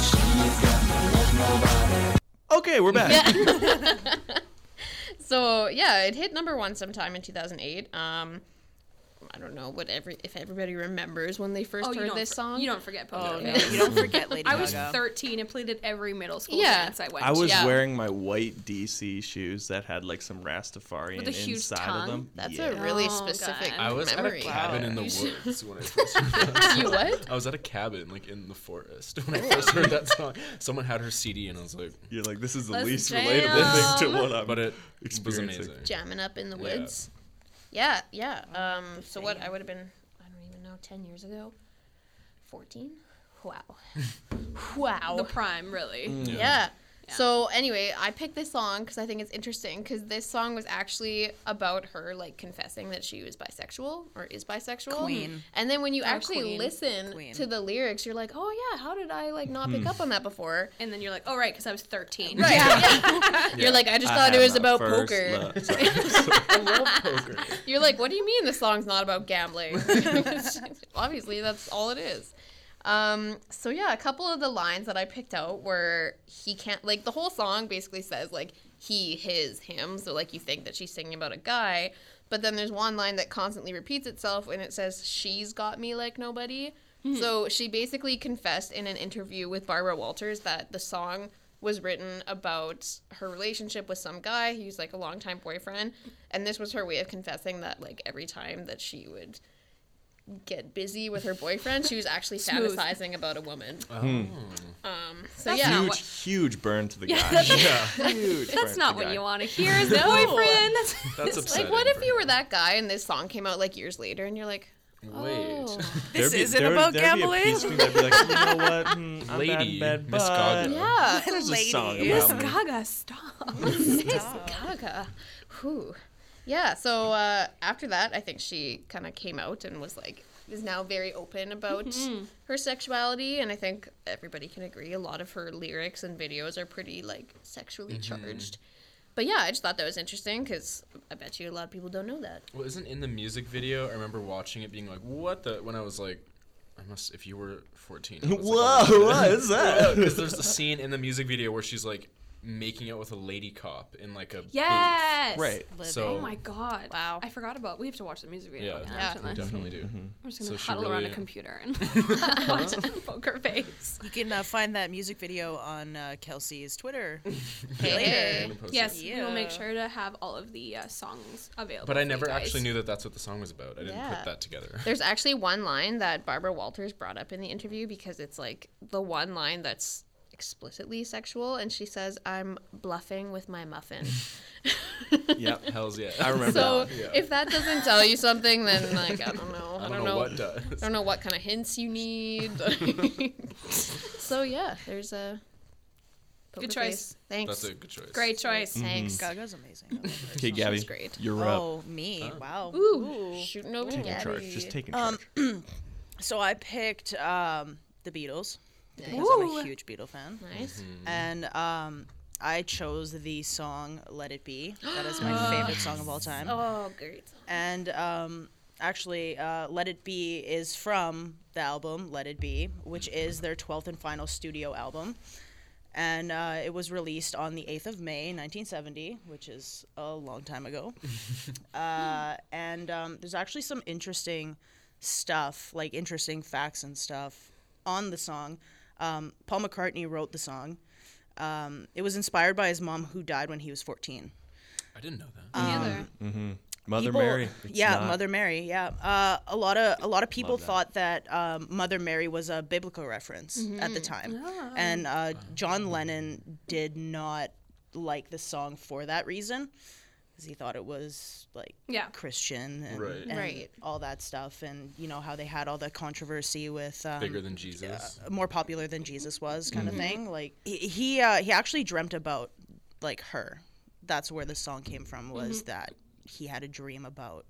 Speaker 6: She's not gonna let nobody.
Speaker 2: Okay, we're back.
Speaker 4: So yeah, it hit number one sometime in 2008. Um, I don't know what every if everybody remembers when they first
Speaker 3: Oh, you
Speaker 4: heard
Speaker 3: don't
Speaker 4: this
Speaker 3: for-
Speaker 4: song.
Speaker 3: You don't forget
Speaker 5: Oh
Speaker 3: Pogo.
Speaker 5: no, you don't forget Lady
Speaker 3: I was
Speaker 5: Gaga.
Speaker 3: 13 and played at every middle school
Speaker 4: Yeah.
Speaker 3: dance I went
Speaker 2: I was
Speaker 4: Yeah.
Speaker 2: wearing my white DC shoes that had like some Rastafarian
Speaker 3: With a huge
Speaker 2: inside of
Speaker 3: tongue?
Speaker 2: them.
Speaker 4: That's
Speaker 2: yeah.
Speaker 4: a really
Speaker 3: Oh,
Speaker 4: specific
Speaker 3: God.
Speaker 1: I was
Speaker 4: memory.
Speaker 1: at a cabin in the
Speaker 4: You should-
Speaker 1: woods when I first heard that.
Speaker 4: you what?
Speaker 1: I was at a cabin, like in the forest, when I first heard that song. Someone had her CD, and I was like,
Speaker 2: You're like, this is the
Speaker 3: Let's
Speaker 2: least
Speaker 3: jam.
Speaker 2: relatable thing to what I'm.
Speaker 1: but it was
Speaker 2: Experiencing.
Speaker 1: amazing.
Speaker 4: Jamming up in the
Speaker 1: Yeah.
Speaker 4: woods. Yeah, yeah. Um, so
Speaker 5: for
Speaker 4: what?
Speaker 5: you.
Speaker 4: I would have been. I don't even know. Ten years ago. Fourteen. Wow. wow.
Speaker 3: The prime, really.
Speaker 1: Yeah.
Speaker 4: Yeah. So anyway, I picked this song because I think it's interesting because this song was actually about her like confessing that she was bisexual or is bisexual.
Speaker 5: Queen.
Speaker 4: And then when you actually
Speaker 3: queen.
Speaker 4: listen
Speaker 5: Queen.
Speaker 4: to the lyrics, you're like, oh yeah, how did I like not
Speaker 2: Hmm.
Speaker 4: pick up on that before?
Speaker 3: And then you're like, oh, right, because I was 13.
Speaker 4: Right. Yeah.
Speaker 1: Yeah.
Speaker 4: You're like, I just
Speaker 2: I
Speaker 4: thought it
Speaker 2: had
Speaker 4: was
Speaker 2: my
Speaker 4: about
Speaker 2: first
Speaker 4: poker.
Speaker 2: love. Sorry. I love poker.
Speaker 4: You're like, what do you mean this song's not about gambling? Obviously, that's all it is. Um, so yeah, a couple of the lines that I picked out were he can't like the whole song basically says like he, his, him. So like you think that she's singing about a guy, but then there's one line that constantly repeats itself and it says she's got me like nobody. So she basically confessed in an interview with Barbara Walters that the song was written about her relationship with some guy who's like a longtime boyfriend, and this was her way of confessing that like every time that she would get busy with her boyfriend, she was actually
Speaker 3: Smooth.
Speaker 4: fantasizing about a woman. Um, so
Speaker 3: That's
Speaker 4: yeah,
Speaker 3: not
Speaker 2: Huge,
Speaker 3: what-
Speaker 2: huge burn to the guy.
Speaker 3: Yeah, that's-
Speaker 2: huge.
Speaker 3: That's not what you want to hear as a
Speaker 4: No.
Speaker 3: boyfriend. That's-
Speaker 1: That's upsetting.
Speaker 4: like what
Speaker 1: for
Speaker 4: if you
Speaker 1: her.
Speaker 4: were that guy and this song came out like years later and you're like,
Speaker 1: Wait.
Speaker 4: Oh.
Speaker 2: This
Speaker 5: isn't about
Speaker 2: Be a piece of me that'd be like, you know what? Hmm, I'm bad
Speaker 1: Lady,
Speaker 2: in bed,
Speaker 1: Miss
Speaker 2: but
Speaker 1: Gaga.
Speaker 4: yeah,
Speaker 2: What is this
Speaker 5: Lady.
Speaker 2: song
Speaker 5: Miss
Speaker 2: about?
Speaker 3: Gaga, stop.
Speaker 4: Miss Gaga. Whew. Yeah, so uh, after that, I think she kind of came out and was like, is now very open about
Speaker 3: Mm-hmm.
Speaker 4: her sexuality. And I think everybody can agree a lot of her lyrics and videos are pretty, like, sexually charged. But yeah, I just thought that was interesting because I bet you a lot of people don't know that.
Speaker 1: Well, isn't in the music video? I remember watching it, being like, "What the?" When I was like, "I must." If you were fourteen, I was like, oh,
Speaker 2: Whoa, what
Speaker 1: Because
Speaker 2: is that?
Speaker 1: there's the scene in the music video where she's like making out with a lady cop in like a
Speaker 3: Yes.
Speaker 2: right.
Speaker 1: Booth.
Speaker 5: Living.
Speaker 1: So
Speaker 3: Oh my god.
Speaker 4: Wow.
Speaker 3: I forgot about We have to watch the music video.
Speaker 1: yeah,
Speaker 3: about
Speaker 4: Yeah.
Speaker 3: that,
Speaker 1: we
Speaker 3: don't I?
Speaker 1: definitely do.
Speaker 2: Mm-hmm.
Speaker 3: I'm just gonna
Speaker 1: So she
Speaker 3: huddle around a
Speaker 1: really-
Speaker 3: computer and watch Poker Face.
Speaker 5: You can uh, find that music video on uh, Kelsey's Twitter.
Speaker 4: Hey,
Speaker 1: I'm
Speaker 4: hey.
Speaker 1: gonna post
Speaker 3: Yes,
Speaker 1: it.
Speaker 3: we will make
Speaker 5: Yeah.
Speaker 3: sure to have all of the uh, songs available.
Speaker 1: But I
Speaker 3: for you
Speaker 1: never
Speaker 3: guys.
Speaker 1: actually knew that that's what the song was about. I didn't
Speaker 4: Yeah.
Speaker 1: put that together.
Speaker 4: There's actually one line that Barbara Walters brought up in the interview because it's like the one line that's explicitly sexual. And she says, I'm bluffing with my muffin.
Speaker 2: Yep.
Speaker 1: Hell's yeah.
Speaker 2: I remember
Speaker 4: So
Speaker 2: that.
Speaker 1: Yeah.
Speaker 4: if that doesn't tell you something, then like I don't know.
Speaker 1: I don't know what does.
Speaker 4: I don't know what kind of hints you need. so yeah, there's a poker
Speaker 3: Good choice.
Speaker 4: face. Thanks.
Speaker 1: That's a Mm-hmm. good choice.
Speaker 3: Great choice.
Speaker 4: Thanks.
Speaker 5: Gaga's amazing. I love her.
Speaker 2: Okay, Gabby,
Speaker 4: She's great.
Speaker 2: you're up.
Speaker 5: Oh me, wow.
Speaker 4: Ooh, shooting over
Speaker 2: Taking
Speaker 4: Gabby.
Speaker 2: charge. Just taking
Speaker 5: Um,
Speaker 2: charge.
Speaker 5: So I picked um, the Beatles because I'm
Speaker 3: Ooh.
Speaker 5: a huge Beatles fan,
Speaker 4: Nice.
Speaker 1: Mm-hmm.
Speaker 2: Mm-hmm.
Speaker 5: and um, I chose the song "Let It Be." That is my favorite song of all time.
Speaker 4: Oh, great.
Speaker 5: And um, actually, uh, "Let It Be" is from the album "Let It Be," which is their 12th and final studio album. And uh, it was released on the 8th of May, 1970, which is a long time ago. uh, and um, there's actually some interesting stuff, like interesting facts and stuff on the song. Um, Paul McCartney wrote the song. Um, it was inspired by his mom, who died when he was 14.
Speaker 1: I didn't know
Speaker 4: Um,
Speaker 1: that.
Speaker 3: Together.
Speaker 2: Mother
Speaker 5: people-
Speaker 2: Mary. It's
Speaker 5: yeah,
Speaker 2: not-
Speaker 5: Mother Mary. Yeah, uh, a lot of a lot of people
Speaker 2: that.
Speaker 5: thought that um, Mother Mary was a biblical reference at the time, and uh, John Lennon did not like the song for that reason, because he thought it was like
Speaker 3: Yeah.
Speaker 5: Christian and,
Speaker 1: Right.
Speaker 5: and
Speaker 4: Right.
Speaker 5: all that stuff, and you know how they had all the controversy with um,
Speaker 1: Bigger than Jesus.
Speaker 5: more popular than Jesus was kind of thing. Like he he, uh, he actually dreamt about like her. That's where the song came from was that he had a dream about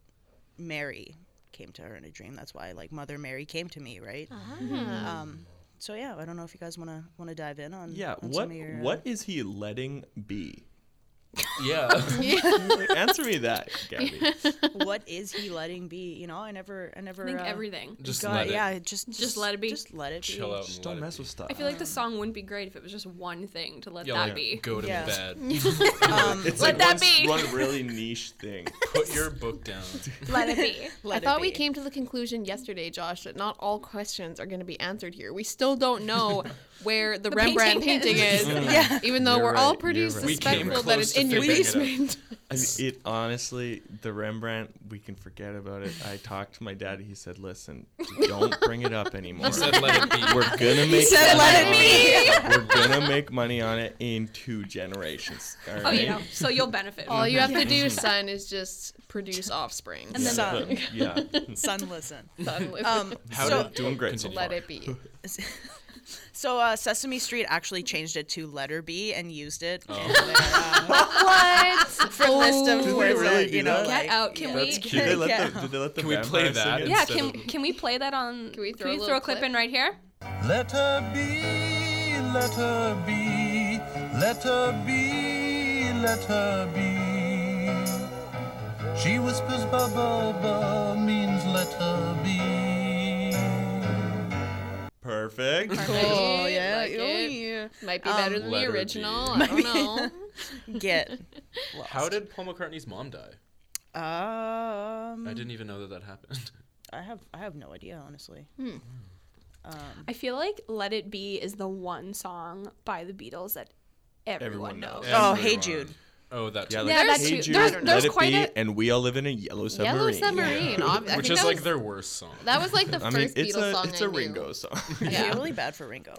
Speaker 5: Mary came to her in a dream. That's why like Mother Mary came to me, right? Um, so yeah, I don't know if you guys want to want to dive in on
Speaker 2: Yeah.
Speaker 5: on
Speaker 2: What?
Speaker 5: some of your, uh,
Speaker 2: What is he letting be?
Speaker 1: Yeah.
Speaker 2: Answer me that, Gabby.
Speaker 5: what is he letting be? You know, I never, I never.
Speaker 3: I think
Speaker 5: uh,
Speaker 3: everything.
Speaker 1: Just
Speaker 5: got-
Speaker 1: let it
Speaker 5: yeah, Just, just
Speaker 3: let it be.
Speaker 5: Just let it
Speaker 1: chill
Speaker 5: be.
Speaker 1: out.
Speaker 2: Just
Speaker 1: and
Speaker 2: don't
Speaker 1: let
Speaker 2: mess
Speaker 1: it be.
Speaker 2: with stuff.
Speaker 3: I feel like the song wouldn't be great if it was just one thing to let
Speaker 1: Yeah,
Speaker 3: that
Speaker 1: like,
Speaker 3: be.
Speaker 1: go to
Speaker 5: Yeah.
Speaker 1: bed.
Speaker 5: Um,
Speaker 2: It's
Speaker 3: Let
Speaker 2: like
Speaker 3: that
Speaker 2: one,
Speaker 3: be.
Speaker 2: one really niche thing.
Speaker 1: Put your book down.
Speaker 3: Let it be.
Speaker 5: let
Speaker 4: I
Speaker 5: it
Speaker 4: thought we
Speaker 5: be.
Speaker 4: came to the conclusion yesterday, Josh, that not all questions are going to be answered here. We still don't know where the, Rembrandt
Speaker 3: painting
Speaker 4: painting
Speaker 3: is.
Speaker 4: is, Mm.
Speaker 5: Yeah.
Speaker 4: even though
Speaker 2: You're
Speaker 4: we're all
Speaker 2: right,
Speaker 4: pretty
Speaker 2: you're right. We
Speaker 1: came
Speaker 4: suspectful that
Speaker 1: close
Speaker 4: it's
Speaker 1: to
Speaker 4: in your
Speaker 1: figuring it out.
Speaker 4: basement.
Speaker 2: I mean, it honestly, the Rembrandt, we can forget about it. I talked to my dad. He said, "Listen, don't bring it up anymore.
Speaker 1: He said let it be.
Speaker 2: We're gonna make
Speaker 5: said, "Let
Speaker 2: money on it. We're gonna make money on it in two generations. All right?
Speaker 3: Oh, you know, so you'll benefit.
Speaker 4: all you have to do, son, is just produce offspring.
Speaker 5: And then- Son.
Speaker 2: yeah,
Speaker 5: Son, listen.
Speaker 4: um,
Speaker 5: Um,
Speaker 1: How
Speaker 5: so,
Speaker 1: did doing
Speaker 2: great
Speaker 1: great
Speaker 2: so
Speaker 4: let it be.
Speaker 5: so uh, Sesame Street actually changed it to letter B and used it in their,
Speaker 4: what?
Speaker 5: uh, for list
Speaker 2: Oh. Did they
Speaker 5: of words
Speaker 2: really
Speaker 5: that
Speaker 2: do
Speaker 5: you know.
Speaker 2: that?
Speaker 5: like-
Speaker 3: Get out. Can we?
Speaker 2: That's cute. Did they let the, did they let the
Speaker 1: Can we play
Speaker 2: vampire
Speaker 1: that?
Speaker 2: sing it
Speaker 3: yeah,
Speaker 2: instead
Speaker 3: can
Speaker 2: of-
Speaker 3: can we play that on? Can
Speaker 4: we throw a
Speaker 3: you
Speaker 4: little
Speaker 3: throw a clip
Speaker 4: clip?
Speaker 3: in right here?
Speaker 7: Let her be, let her be, let her be, let her be. She whispers bubble, bubble means let her be.
Speaker 2: perfect?
Speaker 5: Oh yeah,
Speaker 4: Like
Speaker 5: oh,
Speaker 4: it.
Speaker 5: yeah.
Speaker 4: Might be
Speaker 5: Um,
Speaker 4: better than
Speaker 1: Let
Speaker 4: the
Speaker 1: her
Speaker 4: original.
Speaker 1: be.
Speaker 4: I don't know.
Speaker 5: Get.
Speaker 1: How did Paul McCartney's mom die?
Speaker 5: Um,
Speaker 1: I didn't even know that that happened.
Speaker 5: I have I have no idea honestly.
Speaker 3: I feel like "Let It Be" is the one song by the Beatles that everyone,
Speaker 2: Everyone
Speaker 3: knows.
Speaker 2: knows.
Speaker 5: Oh,
Speaker 1: Everyone.
Speaker 5: Hey Jude.
Speaker 1: Oh, that.
Speaker 2: Yeah,
Speaker 1: too.
Speaker 2: like,
Speaker 3: Yeah, that's
Speaker 2: hey
Speaker 3: true.
Speaker 2: Jude,
Speaker 3: There's-
Speaker 2: let
Speaker 3: there's
Speaker 2: it
Speaker 3: quite
Speaker 2: be,
Speaker 3: a-
Speaker 2: and we all live in a yellow submarine.
Speaker 4: Yellow submarine. ob- I
Speaker 1: Which
Speaker 4: think
Speaker 1: is
Speaker 4: that
Speaker 1: like
Speaker 4: was-
Speaker 1: their worst song.
Speaker 4: That was like the
Speaker 2: I
Speaker 4: first
Speaker 2: mean, it's
Speaker 4: Beatles
Speaker 2: a
Speaker 4: song
Speaker 2: it's
Speaker 4: I
Speaker 2: a
Speaker 4: knew.
Speaker 2: Ringo song.
Speaker 5: I
Speaker 4: Yeah.
Speaker 5: feel really bad for Ringo.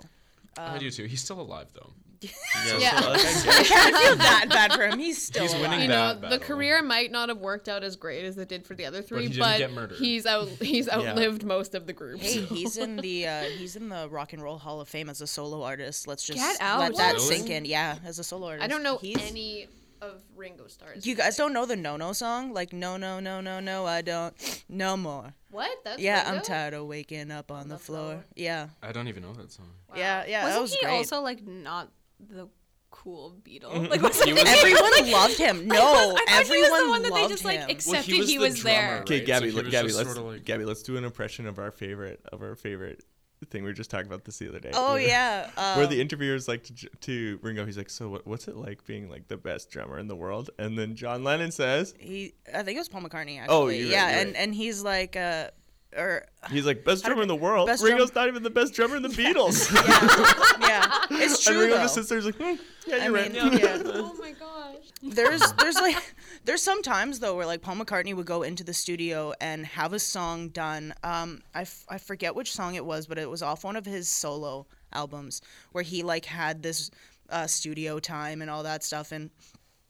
Speaker 1: I do too. He's still alive though.
Speaker 2: Yeah,
Speaker 4: Yeah.
Speaker 2: So, like, I guess-
Speaker 5: I feel that bad for him. He's still
Speaker 1: He's
Speaker 5: alive.
Speaker 1: winning
Speaker 4: You
Speaker 1: that
Speaker 4: know, the
Speaker 1: battle.
Speaker 4: career might not have worked out as great as it did for the other three,
Speaker 1: he didn't
Speaker 4: but,
Speaker 1: get murdered.
Speaker 4: he's out he's outlived most of the groups.
Speaker 5: Hey, he's in the uh, he's in the Rock and Roll Hall of Fame as a solo artist. Let's just
Speaker 3: Get out.
Speaker 5: let that
Speaker 1: Really?
Speaker 5: sink in. Yeah, as a solo artist.
Speaker 4: I don't know
Speaker 5: He's-
Speaker 4: any of Ringo Starr's.
Speaker 5: You guys don't know the No No song? Like no no no no no I don't no more.
Speaker 4: what? That's
Speaker 5: Yeah, I'm
Speaker 4: Ringo?
Speaker 5: tired of waking up on the floor. Yeah.
Speaker 1: I don't even know that song.
Speaker 5: Yeah, yeah,
Speaker 3: Wasn't
Speaker 5: that was
Speaker 3: he
Speaker 5: great.
Speaker 3: also like not the cool Beatle? Like
Speaker 1: Mm-hmm. He
Speaker 3: wasn't he
Speaker 1: was-
Speaker 5: Everyone loved him. No,
Speaker 3: I thought
Speaker 5: everyone
Speaker 3: he was the one that
Speaker 5: loved
Speaker 3: they just like
Speaker 5: him.
Speaker 1: Well,
Speaker 3: accepted
Speaker 1: he was
Speaker 3: he
Speaker 1: the
Speaker 3: was there.
Speaker 1: drummer,
Speaker 2: Okay,
Speaker 1: right?
Speaker 2: Gabby,
Speaker 1: So he
Speaker 2: let,
Speaker 1: was
Speaker 2: Gabby,
Speaker 1: just
Speaker 2: let's
Speaker 1: sorta like-
Speaker 2: Gabby, let's do an impression of our favorite of our favorite thing we were just talking about this the other day.
Speaker 5: oh
Speaker 2: where-
Speaker 5: yeah. Um,
Speaker 2: Where the interviewer's like to, J- to Ringo, he's like, "So what, what's it like being like the best drummer in the world?" And then John Lennon says,
Speaker 5: he I think it was Paul McCartney actually.
Speaker 2: Oh, you're right,
Speaker 5: yeah,
Speaker 2: you're
Speaker 5: and
Speaker 2: right.
Speaker 5: and he's like uh or
Speaker 2: "He's like best drummer in the world."
Speaker 5: Best
Speaker 2: Ringo's not even the best drummer in the Beatles.
Speaker 5: yeah, it's
Speaker 2: and
Speaker 5: true
Speaker 2: Ringo
Speaker 5: though.
Speaker 2: just sits there, he's like, "Hmm, "Yeah,
Speaker 5: I
Speaker 2: you're right."
Speaker 5: mean, yeah.
Speaker 4: Oh my gosh.
Speaker 5: there's there's like there's some times though where like Paul McCartney would go into the studio and have a song done. Um, I, f- I forget which song it was, but it was off one of his solo albums where he like had this uh, studio time and all that stuff and.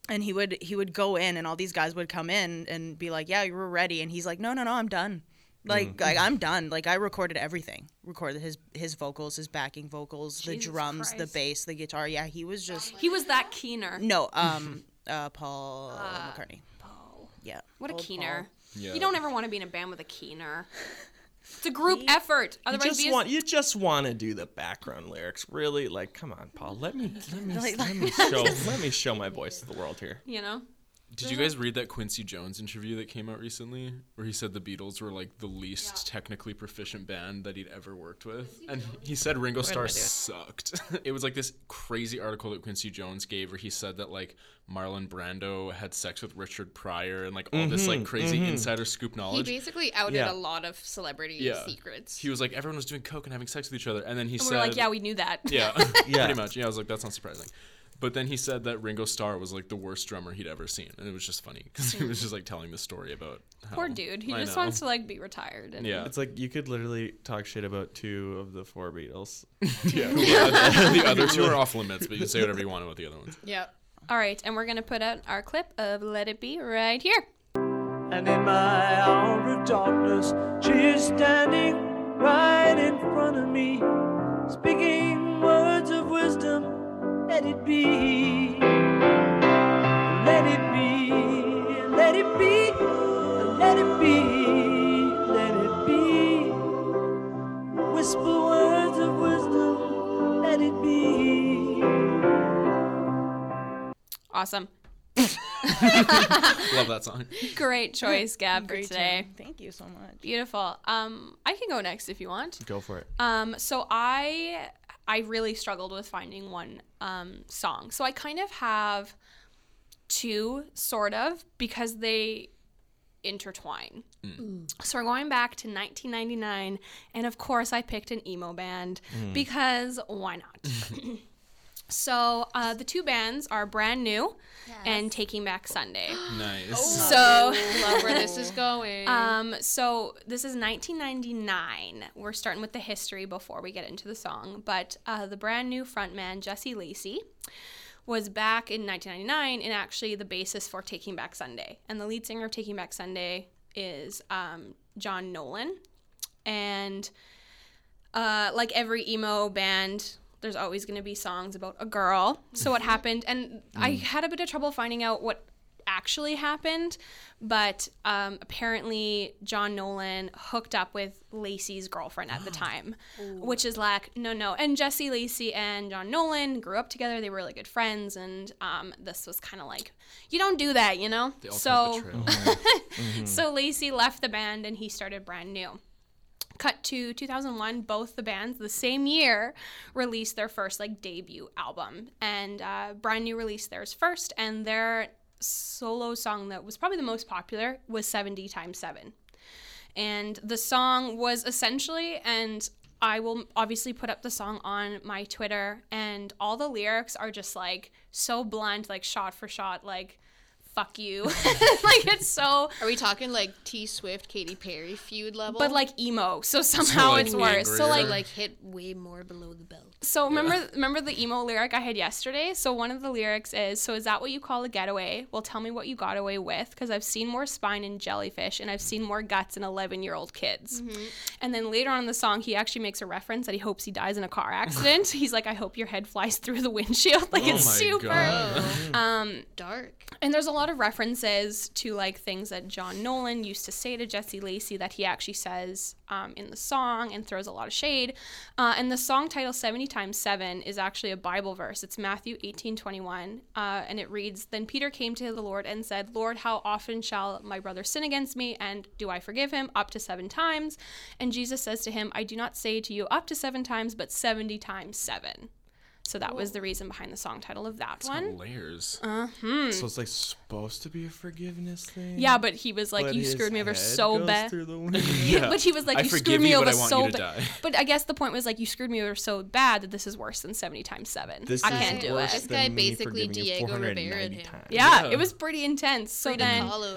Speaker 5: And he would he would go in, and all these guys would come in and be like, "Yeah, you were ready." And he's like, "No, no, no, I'm done. Like, like I'm done. Like, I recorded everything. Recorded his his vocals, his backing vocals, the
Speaker 3: Jesus
Speaker 5: drums, the
Speaker 3: Christ.
Speaker 5: bass, the guitar. Yeah, he was just
Speaker 3: He was that keener.
Speaker 5: no, um, uh, Paul McCartney.
Speaker 3: Oh,
Speaker 5: Yeah.
Speaker 3: what a
Speaker 5: Old
Speaker 3: keener!
Speaker 1: Yeah.
Speaker 3: You don't ever want to be in a band with a keener. It's a group effort. Otherwise, be a-
Speaker 2: you just want to do the background lyrics, really? Like, come on, Paul. Let me let me
Speaker 5: Like-
Speaker 2: let me show let me show my voice to the world here.
Speaker 3: you know.
Speaker 1: Did
Speaker 3: Mm-hmm.
Speaker 1: you guys read that Quincy Jones interview that came out recently, where he said the Beatles were like the least technically proficient band that he'd ever worked with, and he said Ringo Starr sucked. it was like this crazy article that Quincy Jones gave, where he said that like Marlon Brando had sex with Richard Pryor, and like all this like crazy insider scoop
Speaker 4: He
Speaker 1: knowledge. He,
Speaker 4: basically outed
Speaker 2: Yeah.
Speaker 4: a lot of celebrity
Speaker 1: Yeah.
Speaker 4: secrets.
Speaker 1: was like everyone was doing coke and having sex with each other, and then he
Speaker 3: And
Speaker 1: said,
Speaker 3: we were like, yeah, we knew that.
Speaker 1: Yeah,
Speaker 2: Yeah.
Speaker 1: pretty much. Yeah, I was like, that's not surprising. But then he said that Ringo Starr was like the worst drummer he'd ever seen, and it was just funny because he was just like telling the story about how
Speaker 3: Hmm. Poor dude. He
Speaker 1: I
Speaker 3: just
Speaker 1: know.
Speaker 3: wants to like be retired. And
Speaker 1: Yeah,
Speaker 2: It's like you could literally talk shit about two of the four Beatles.
Speaker 1: the other two are off limits, but you can say whatever you want about the other ones.
Speaker 4: yeah.
Speaker 3: All right, and we're gonna put out our clip of "Let It Be" right here.
Speaker 8: And in my hour of darkness, she is standing right in front of me, speaking words of wisdom. Let it be, let it be, let it be, let it be, let it be. Whisper words of wisdom, let it be.
Speaker 3: Awesome.
Speaker 1: Love that song.
Speaker 3: Great choice, Gab, for
Speaker 5: Great
Speaker 3: today.
Speaker 5: job. Thank you so much.
Speaker 3: Beautiful. Um, I can go next if you want.
Speaker 2: Go for it.
Speaker 3: Um, so I I really struggled with finding one um, song. So I kind of have two sort of because they intertwine. So we're going back to 1999 and of course I picked an emo band because why not? so uh, the two bands are Brand New and Taking Back Sunday.
Speaker 1: Nice.
Speaker 3: so
Speaker 4: Love where this is going.
Speaker 3: um, so this is 1999. We're starting with the history before we get into the song, but uh, the brand new frontman Jesse Lacey was back in 1999 and actually the basis for Taking Back Sunday. And the lead singer of Taking Back Sunday is um, John Nolan, and uh, like every emo band, there's always going to be songs about a girl. So
Speaker 1: Mm-hmm.
Speaker 3: what happened, and I
Speaker 1: Mm.
Speaker 3: had a bit of trouble finding out what actually happened, but um, apparently John Nolan hooked up with Lacey's girlfriend at the time, which is like no, no. And Jesse Lacey and John Nolan grew up together; they were really good friends, and um, this was kind of like you don't do that, you know.
Speaker 1: The ultimate
Speaker 3: Oh, so
Speaker 1: betrayal.
Speaker 3: so Lacey left the band and he started brand new. Cut to 2001, both the bands the same year released their first like debut album, and uh, brand new released theirs first, and their solo song that was probably the most popular was 70 times 7 and the song was essentially and I will obviously put up the song on my Twitter and all the lyrics are just like so blunt like shot for shot like fuck you like it's so
Speaker 4: Are we talking like T Swift, Katy Perry feud level?
Speaker 3: but like emo so somehow
Speaker 1: like,
Speaker 3: it's worse so
Speaker 1: angrier.
Speaker 3: like
Speaker 4: like hit way more below the belt.
Speaker 3: So remember remember the emo lyric I had yesterday? So one of the lyrics is, "So is that what you call a getaway? Well, tell me what you got away with cuz I've seen more spine in jellyfish and I've seen more guts in 11-year-old kids." And then later on in the song, he actually makes a reference that he hopes he dies in a car accident. He's like, "I hope your head flies through the windshield."
Speaker 1: Oh
Speaker 3: Like it's super
Speaker 4: Dark.
Speaker 3: and there's a lot of references to like things that John Nolan used to say to Jesse Lacey that he actually says um, in the song and throws a lot of shade. Uh, and the song title 70 times 7 is actually a Bible verse. It's Matthew 18 21. Uh, and it reads Then Peter came to the Lord and said, Lord, how often shall my brother sin against me? And do I forgive him? Up to seven times. And Jesus says to him, I do not say to you up to seven times, but 70 times seven. So that was the reason behind the song title of that one.
Speaker 1: Layers.
Speaker 3: Um,
Speaker 2: So it's like supposed to be a forgiveness thing.
Speaker 3: Yeah, but he was like,
Speaker 2: but
Speaker 3: "You
Speaker 2: his
Speaker 3: screwed me over
Speaker 2: head
Speaker 3: so
Speaker 2: goes
Speaker 3: bad."
Speaker 2: through the window.
Speaker 3: But he was like,
Speaker 1: I
Speaker 3: "You
Speaker 1: forgive
Speaker 3: screwed me
Speaker 1: you, but
Speaker 3: over
Speaker 1: I want
Speaker 3: so
Speaker 1: you to
Speaker 3: bad."
Speaker 1: die.
Speaker 3: But I guess the point was like, "You screwed me over so bad that this is worse than seventy times seven.
Speaker 2: This
Speaker 3: I
Speaker 2: is
Speaker 3: can't do
Speaker 2: worse
Speaker 3: it."
Speaker 4: This guy
Speaker 2: than me
Speaker 4: basically
Speaker 2: forgiving you
Speaker 4: Diego Rivera
Speaker 2: 490
Speaker 4: in him.
Speaker 2: times.
Speaker 3: Yeah,
Speaker 1: Yeah.
Speaker 3: it was pretty intense. So then
Speaker 4: Hollow.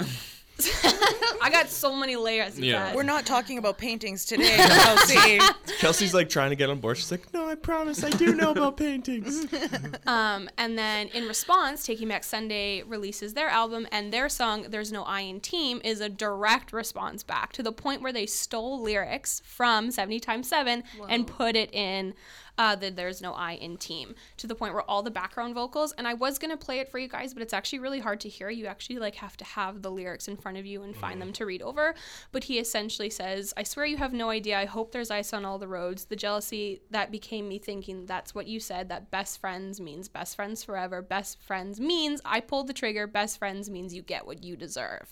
Speaker 3: I got so many layers.
Speaker 1: Yeah.
Speaker 3: Yeah.
Speaker 5: We're not talking about paintings today, Kelsey.
Speaker 2: Kelsey's like trying to get on board. She's like, no, I promise, I do know about paintings.
Speaker 3: Um, and then in response, Taking Back Sunday releases their album, and their song "There's No I in Team" is a direct response back to the point where they stole lyrics from Seventy Times Seven and put it in uh, the "There's No I in Team" to the point where all the background vocals. And I was gonna play it for you guys, but it's actually really hard to hear. You actually like have to have the lyrics in front of you and find them to read over. But he essentially says, "I swear you have no idea. I hope there's ice on all the roads. The jealousy that became me thinking that's what you said. That best friends means best friends forever. Best friends means I pulled the trigger. Best friends means you get what you deserve."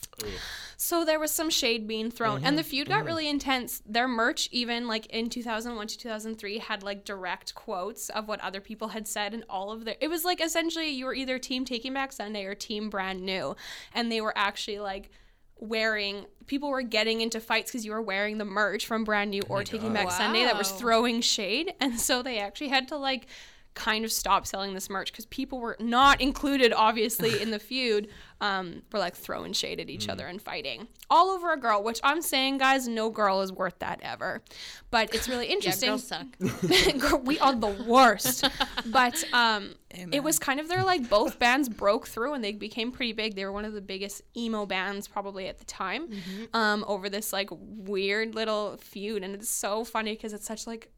Speaker 3: So there was some shade being thrown, and the feud got really intense. Their merch, even like in 2001 to 2003, had like direct quotes of what other people had said, and all of their. It was like essentially you were either Team Taking Back Sunday or Team Brand New, and they were actually like wearing. People were getting into fights because you were wearing the merch from Brand New or Taking Back Sunday that was
Speaker 4: Wow.
Speaker 3: throwing shade, and so they actually had to like kind of stop selling this merch because people were not included, obviously, in the feud. Um, were like throwing shade at each other and fighting all over a girl, which I'm saying, guys, no girl is worth that ever. But it's really
Speaker 4: Yeah,
Speaker 3: interesting.
Speaker 4: girls suck.
Speaker 3: Girl, we are the worst. but um, it was kind of their like both bands broke through and they became pretty big. They were one of the biggest emo bands probably at the time
Speaker 4: Mm-hmm.
Speaker 3: um, over this like weird little feud. And it's so funny because it's such like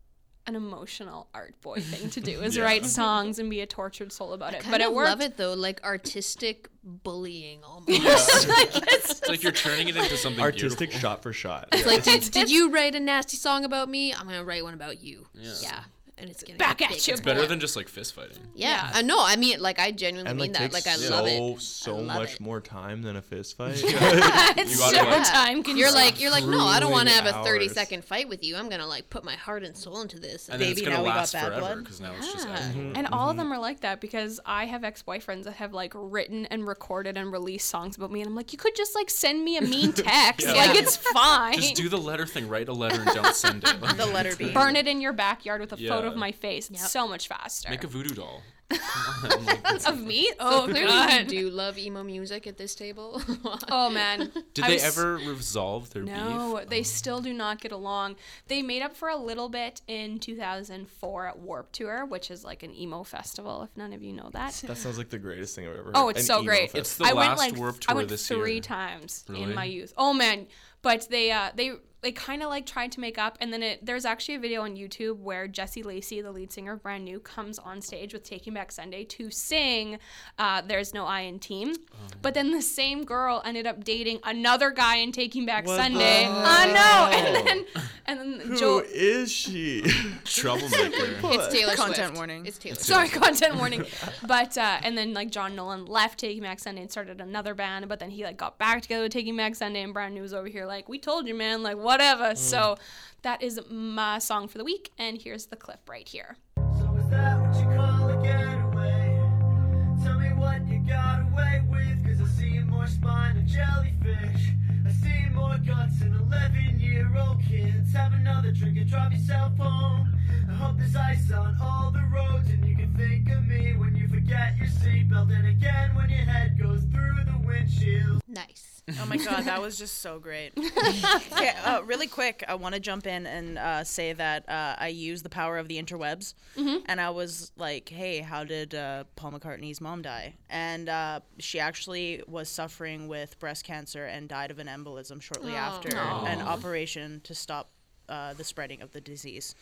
Speaker 3: an emotional art boy thing to do is write songs and be a tortured soul about it. But
Speaker 4: I
Speaker 3: it worked.
Speaker 4: love it though, like artistic bullying almost.
Speaker 1: It's like you're turning it into something
Speaker 2: Artistic
Speaker 1: beautiful.
Speaker 2: shot for shot.
Speaker 4: It's like, did, did you write a nasty song about me? I'm gonna write one about you. Yeah.
Speaker 9: and it's gonna
Speaker 3: Back
Speaker 9: get
Speaker 3: at
Speaker 9: big.
Speaker 3: you,
Speaker 9: It's
Speaker 3: boy.
Speaker 2: Better than just like fist fighting.
Speaker 4: Yeah. Uh, no, I mean, like, I genuinely
Speaker 6: and
Speaker 4: mean
Speaker 6: like
Speaker 4: that.
Speaker 6: takes
Speaker 4: Like, I
Speaker 6: so
Speaker 4: love it.
Speaker 6: so
Speaker 4: I love
Speaker 6: much
Speaker 4: it.
Speaker 6: more time than a fist fight.
Speaker 2: You
Speaker 3: it's
Speaker 2: gotta,
Speaker 3: so
Speaker 2: like-
Speaker 3: time consuming.
Speaker 4: You're like, you're like, no, I don't want to have a
Speaker 6: Grueling
Speaker 4: 30
Speaker 6: hours.
Speaker 4: second fight with you. I'm gonna like put my heart and soul into this.
Speaker 2: And then it's
Speaker 5: Baby,
Speaker 2: gonna
Speaker 5: now we got
Speaker 2: last
Speaker 5: bad
Speaker 2: forever
Speaker 5: blood.
Speaker 2: because now it's just
Speaker 4: Yeah.
Speaker 2: acting.
Speaker 3: And all of them are like that because I have ex boyfriends that have like written and recorded and released songs about me, and I'm like, you could just like send me a mean text,
Speaker 2: Yeah.
Speaker 3: like
Speaker 4: Yeah.
Speaker 3: it's fine.
Speaker 2: Just do the letter thing. Write a letter and don't send it.
Speaker 5: The letter B.
Speaker 3: Burn it in your backyard with a photo of
Speaker 2: Yeah.
Speaker 3: my face. It's so much faster.
Speaker 2: Make a voodoo doll.
Speaker 3: of me? Oh,
Speaker 4: Clearly, you
Speaker 3: God.
Speaker 4: do love emo music at this table.
Speaker 3: Oh man.
Speaker 2: Did
Speaker 3: I
Speaker 2: they
Speaker 3: was-
Speaker 2: ever resolve their
Speaker 3: No,
Speaker 2: beef?
Speaker 3: they still do not get along. They made up for a little bit in 2004 at Warp Tour, which is like an emo festival, if none of you know that.
Speaker 6: That sounds like the greatest thing I've ever heard.
Speaker 3: Oh, it's
Speaker 6: An
Speaker 3: so
Speaker 6: emo
Speaker 3: great.
Speaker 6: fest.
Speaker 2: It's the
Speaker 3: I went
Speaker 2: last
Speaker 3: like
Speaker 2: Warp
Speaker 3: I
Speaker 2: Tour
Speaker 3: went
Speaker 2: this
Speaker 3: three
Speaker 2: year.
Speaker 3: times in
Speaker 2: Really?
Speaker 3: my youth. Oh man, but they uh they they kind of like tried to make up and then it there's actually a video on YouTube where Jesse Lacey, the lead singer of Brand New, comes on stage with Taking Back Sunday to sing uh, There's No I in Team.
Speaker 6: Oh.
Speaker 3: But then the same girl ended up dating another guy in Taking Back Sunday. I know. And then and then
Speaker 6: Who
Speaker 3: Joel
Speaker 6: is she?
Speaker 2: Troublemaker.
Speaker 4: it's Taylor
Speaker 5: Content
Speaker 4: Swift.
Speaker 5: warning.
Speaker 4: It's Taylor. Swift.
Speaker 3: Sorry, content warning. But uh, and then like John Nolan left Taking Back Sunday and started another band, but then he like got back together with Taking Back Sunday and Brand New was over here like we told you man like whatever. So that is my song for the week, and here's the clip right here.
Speaker 8: So is that what you call a getaway? Tell me what you got away with, cause I see more spine than jellyfish. I see more guts than 11 year old kids. Have another drink and drive yourself home. I hope there's ice on all the roads, and you can think of me when you forget your seatbelt, and again when your head goes through the windshield.
Speaker 4: Nice.
Speaker 5: Oh my god, that was just so great. okay, uh, really quick, I want to jump in and uh, say that uh, I use the power of the interwebs, and I was like, "Hey, how did uh, Paul McCartney's mom die?" And uh, she actually was suffering with breast cancer and died of an embolism shortly after an operation to stop uh, the spreading of the disease.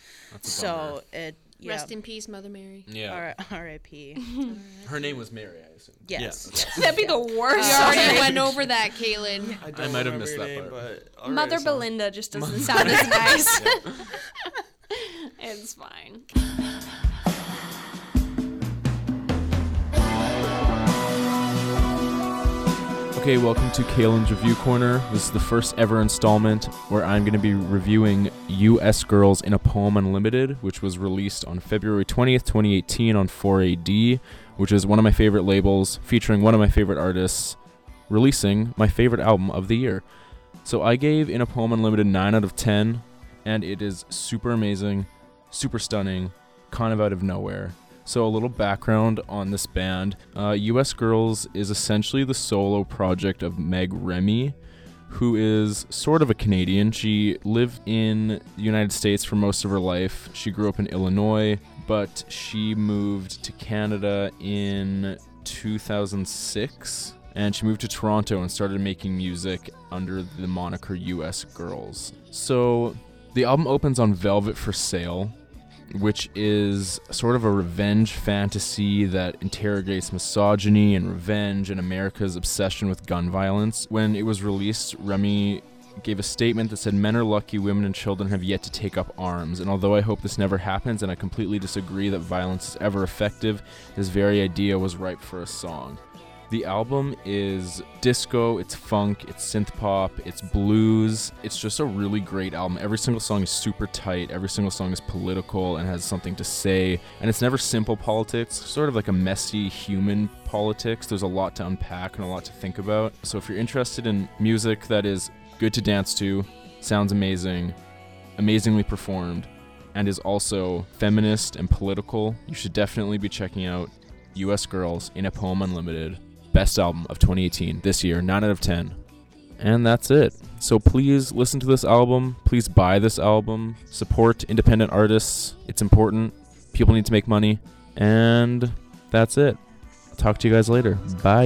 Speaker 5: so it yeah.
Speaker 4: Rest in peace, Mother Mary.
Speaker 2: Yeah.
Speaker 5: R- R.I.P.
Speaker 2: Her name was Mary, I assume.
Speaker 5: Yes.
Speaker 3: That'd be the worst.
Speaker 4: We already went over that, Kaylin.
Speaker 6: I,
Speaker 2: don't might have remember missed your that name,
Speaker 6: part.
Speaker 3: Mother Belinda just doesn't sound as nice. it's fine.
Speaker 1: Okay, welcome to Kalen's Review Corner. This is the first ever installment where I'm going to be reviewing U.S. Girls in a Poem Unlimited, which was released on February 20th, 2018 on 4AD, which is one of my favorite labels, featuring one of my favorite artists, releasing my favorite album of the year. So I gave In a Poem Unlimited 9 out of 10, and it is super amazing, super stunning, kind of out of nowhere. So, a little background on this band. Uh, US Girls is essentially the solo project of Meg Remy, who is sort of a Canadian. She lived in the United States for most of her life. She grew up in Illinois, but she moved to Canada in 2006 and she moved to Toronto and started making music under the moniker US Girls. So, the album opens on Velvet for Sale, which is sort of a revenge fantasy that interrogates misogyny and revenge and America's obsession with gun violence. When it was released, Remy gave a statement that said, Men are lucky, women and children have yet to take up arms. And although I hope this never happens, and I completely disagree that violence is ever effective, this very idea was ripe for a song. The album is disco, it's funk, it's synth pop, it's blues. It's just a really great album. Every single song is super tight, every single song is political and has something to say. And it's never simple politics, it's sort of like a messy human politics. There's a lot to unpack and a lot to think about. So if you're interested in music that is good to dance to, sounds amazing, amazingly performed, and is also feminist and political, you should definitely be checking out US Girls in a Poem Unlimited, best album of 2018 this year, 9 out of 10. And that's it. So please listen to this album. Please buy this album. Support independent artists. It's important. People need to make money. And that's it. Talk to you guys later. Bye.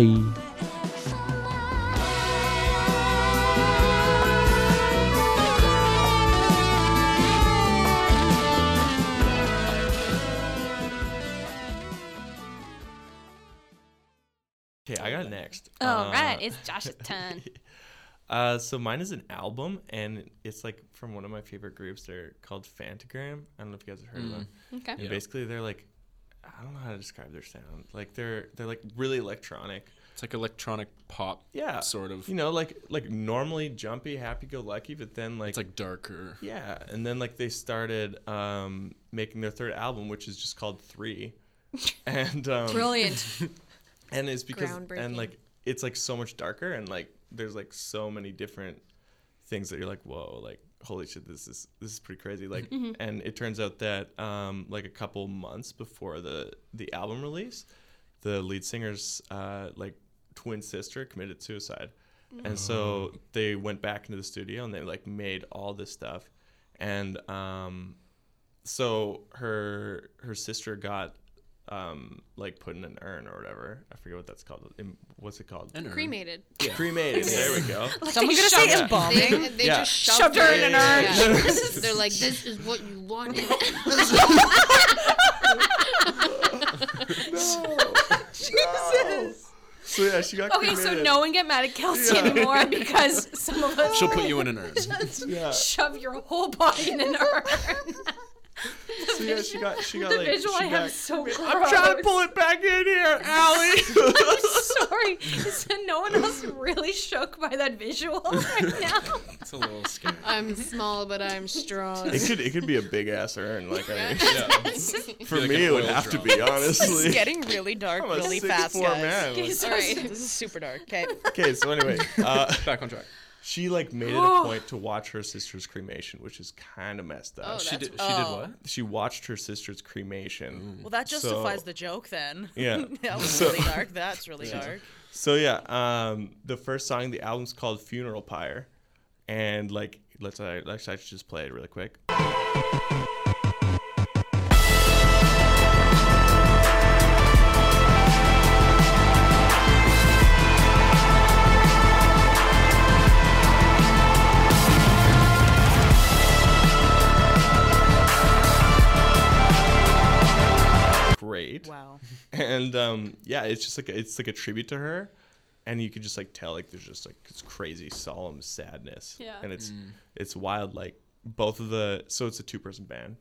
Speaker 6: Okay, I got next.
Speaker 3: All
Speaker 6: Uh,
Speaker 3: Uh. right, it's Josh's turn.
Speaker 2: Uh, so mine is an album, and it's like from one of my favorite groups. They're called Fantagram. I don't know if you guys have heard of them.
Speaker 3: Okay.
Speaker 2: And basically, they're like, I don't know how to describe their sound. Like they're they're like really electronic.
Speaker 1: It's like electronic pop.
Speaker 2: Yeah.
Speaker 1: Sort of.
Speaker 2: You know, like like normally jumpy, happy-go-lucky, but then like
Speaker 1: It's like darker.
Speaker 2: yeah, and then like they started um, making their third album, which is just called Three, and um,
Speaker 3: Brilliant.
Speaker 2: and it's because and
Speaker 4: Groundbreaking.
Speaker 2: like it's like so much darker and like there's like so many different things that you're like whoa like holy shit this is this is pretty crazy like and it turns out that um like a couple months before the the album release the lead singer's uh like twin sister committed suicide and so they went back into the studio and they like made all this stuff and um so her her sister got um like put in an urn or whatever i forget what that's called Im- what's it called
Speaker 1: And
Speaker 4: Cremated.
Speaker 2: cremated there we go
Speaker 5: Someone's gonna say embalming.
Speaker 4: They, they
Speaker 2: Yeah.
Speaker 4: just shoved, her in an urn. They're like, this is what you wanted.
Speaker 2: so yeah she got
Speaker 3: Okay, so
Speaker 2: cremated.
Speaker 3: no one get mad at Kelsey anymore because some of us
Speaker 1: She'll put you in an urn.
Speaker 2: yeah
Speaker 3: shove your whole body in an urn.
Speaker 2: so yeah she got she got
Speaker 3: the
Speaker 2: like
Speaker 3: visual
Speaker 2: she
Speaker 3: I have
Speaker 2: got-
Speaker 3: is so gross.
Speaker 2: i'm trying to pull it back in here Allie.
Speaker 3: I'm sorry. Is there no one else really shook by that visual right now?
Speaker 1: It's a little scary.
Speaker 4: I'm small, but I'm strong.
Speaker 2: it could it could be a big ass urn like I, for
Speaker 1: Be like
Speaker 2: me
Speaker 1: an
Speaker 2: it would
Speaker 1: oil
Speaker 2: have to
Speaker 1: drum.
Speaker 2: be
Speaker 5: This is
Speaker 2: honestly
Speaker 5: getting really dark
Speaker 2: I'm a
Speaker 5: really
Speaker 2: 6'4"
Speaker 5: fast, guys.
Speaker 2: man.
Speaker 3: Okay, so-
Speaker 5: All right, this is super dark. Okay,
Speaker 2: okay so anyway uh
Speaker 1: Back on track.
Speaker 2: she like made it
Speaker 3: Oh.
Speaker 2: a point to watch her sister's cremation which is kind of messed
Speaker 4: Oh,
Speaker 2: up
Speaker 4: that's
Speaker 1: She did. She
Speaker 5: oh.
Speaker 1: did what?
Speaker 2: she watched her sister's cremation
Speaker 5: well that justifies
Speaker 2: So-
Speaker 5: the joke then.
Speaker 2: yeah
Speaker 5: That was
Speaker 2: So-
Speaker 5: really dark. That's really dark.
Speaker 2: So yeah, um, the first song, the album's called "Funeral Pyre," and like let's I let's I should just play it really quick. Great
Speaker 5: Wow.
Speaker 2: and um, yeah, it's just like a, it's like a tribute to her, and you can just like tell like there's just like this crazy solemn sadness,
Speaker 3: Yeah.
Speaker 2: and it's it's wild. Like both of the so it's a two person band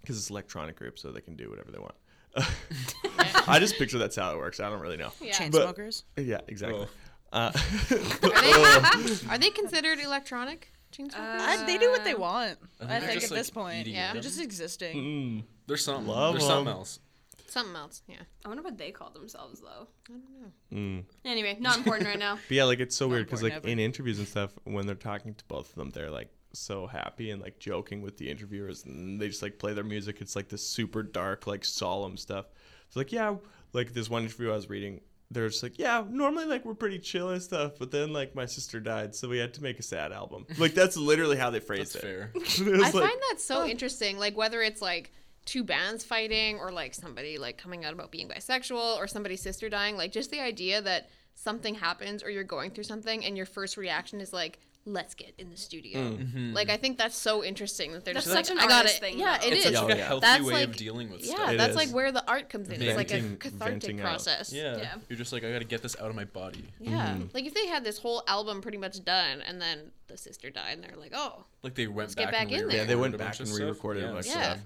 Speaker 2: because it's electronic group, so they can do whatever they want. I just picture that's how it works. I don't really know.
Speaker 4: Yeah.
Speaker 5: Chain
Speaker 2: But-
Speaker 5: smokers.
Speaker 2: Yeah, exactly.
Speaker 4: Are they, are they considered electronic? Chain smokers?
Speaker 5: I, they do what they want. I
Speaker 1: they're
Speaker 5: think
Speaker 1: just,
Speaker 5: at
Speaker 1: like,
Speaker 5: this point,
Speaker 1: eating
Speaker 4: Yeah.
Speaker 5: they're
Speaker 4: them.
Speaker 5: just existing.
Speaker 2: Mm-hmm.
Speaker 1: There's something.
Speaker 2: Love
Speaker 1: There's something
Speaker 2: 'em.
Speaker 1: else.
Speaker 4: Something else. Yeah.
Speaker 3: I wonder what they call themselves though. I don't know. Anyway, not important right now.
Speaker 2: But yeah, like it's so weird because
Speaker 5: boy,
Speaker 2: like
Speaker 5: never.
Speaker 2: in interviews and stuff, when they're talking to both of them, they're like so happy and like joking with the interviewers, and they just like play their music. It's like this super dark, like solemn stuff. It's like yeah, like this one interview I was reading, they're just like yeah, normally like we're pretty chill and stuff, but then like my sister died, so we had to make a sad album. Like that's literally how they phrased
Speaker 1: That's fair.
Speaker 2: it. It
Speaker 4: I
Speaker 2: was like,
Speaker 4: find that so interesting. Like whether it's like two bands fighting or like somebody like coming out about being bisexual or somebody's sister dying, like just the idea that something happens or you're going through something and your first reaction is like let's get in the studio.
Speaker 1: Mm.
Speaker 4: Like I think that's so interesting that they're
Speaker 3: That's
Speaker 4: just like
Speaker 3: such an
Speaker 4: I got
Speaker 3: artist
Speaker 4: it.
Speaker 3: thing,
Speaker 4: yeah,
Speaker 3: though.
Speaker 4: it
Speaker 1: It's
Speaker 4: is.
Speaker 1: such like
Speaker 2: Yeah,
Speaker 1: a
Speaker 2: yeah.
Speaker 1: healthy
Speaker 4: That's
Speaker 1: way of
Speaker 4: like-
Speaker 1: dealing with
Speaker 4: yeah,
Speaker 1: stuff.
Speaker 2: It
Speaker 4: that's
Speaker 2: is.
Speaker 4: like where the art comes in. It's like a
Speaker 2: Venting-
Speaker 4: cathartic
Speaker 2: venting out.
Speaker 4: process.
Speaker 1: Yeah.
Speaker 3: Yeah.
Speaker 1: You're just like, I gotta get this out of my body.
Speaker 4: Yeah.
Speaker 2: Mm.
Speaker 4: Like if they had this whole album pretty much done and then the sister died and they're like, "Oh,
Speaker 1: Like they went
Speaker 4: Let's get
Speaker 1: back, and
Speaker 4: back in
Speaker 1: re-recorded
Speaker 4: there.
Speaker 2: yeah, they went
Speaker 1: a bunch
Speaker 2: back
Speaker 1: of
Speaker 2: and
Speaker 1: stuff.
Speaker 2: re-recorded
Speaker 1: Yeah.
Speaker 2: a bunch
Speaker 4: Yeah.
Speaker 2: of stuff.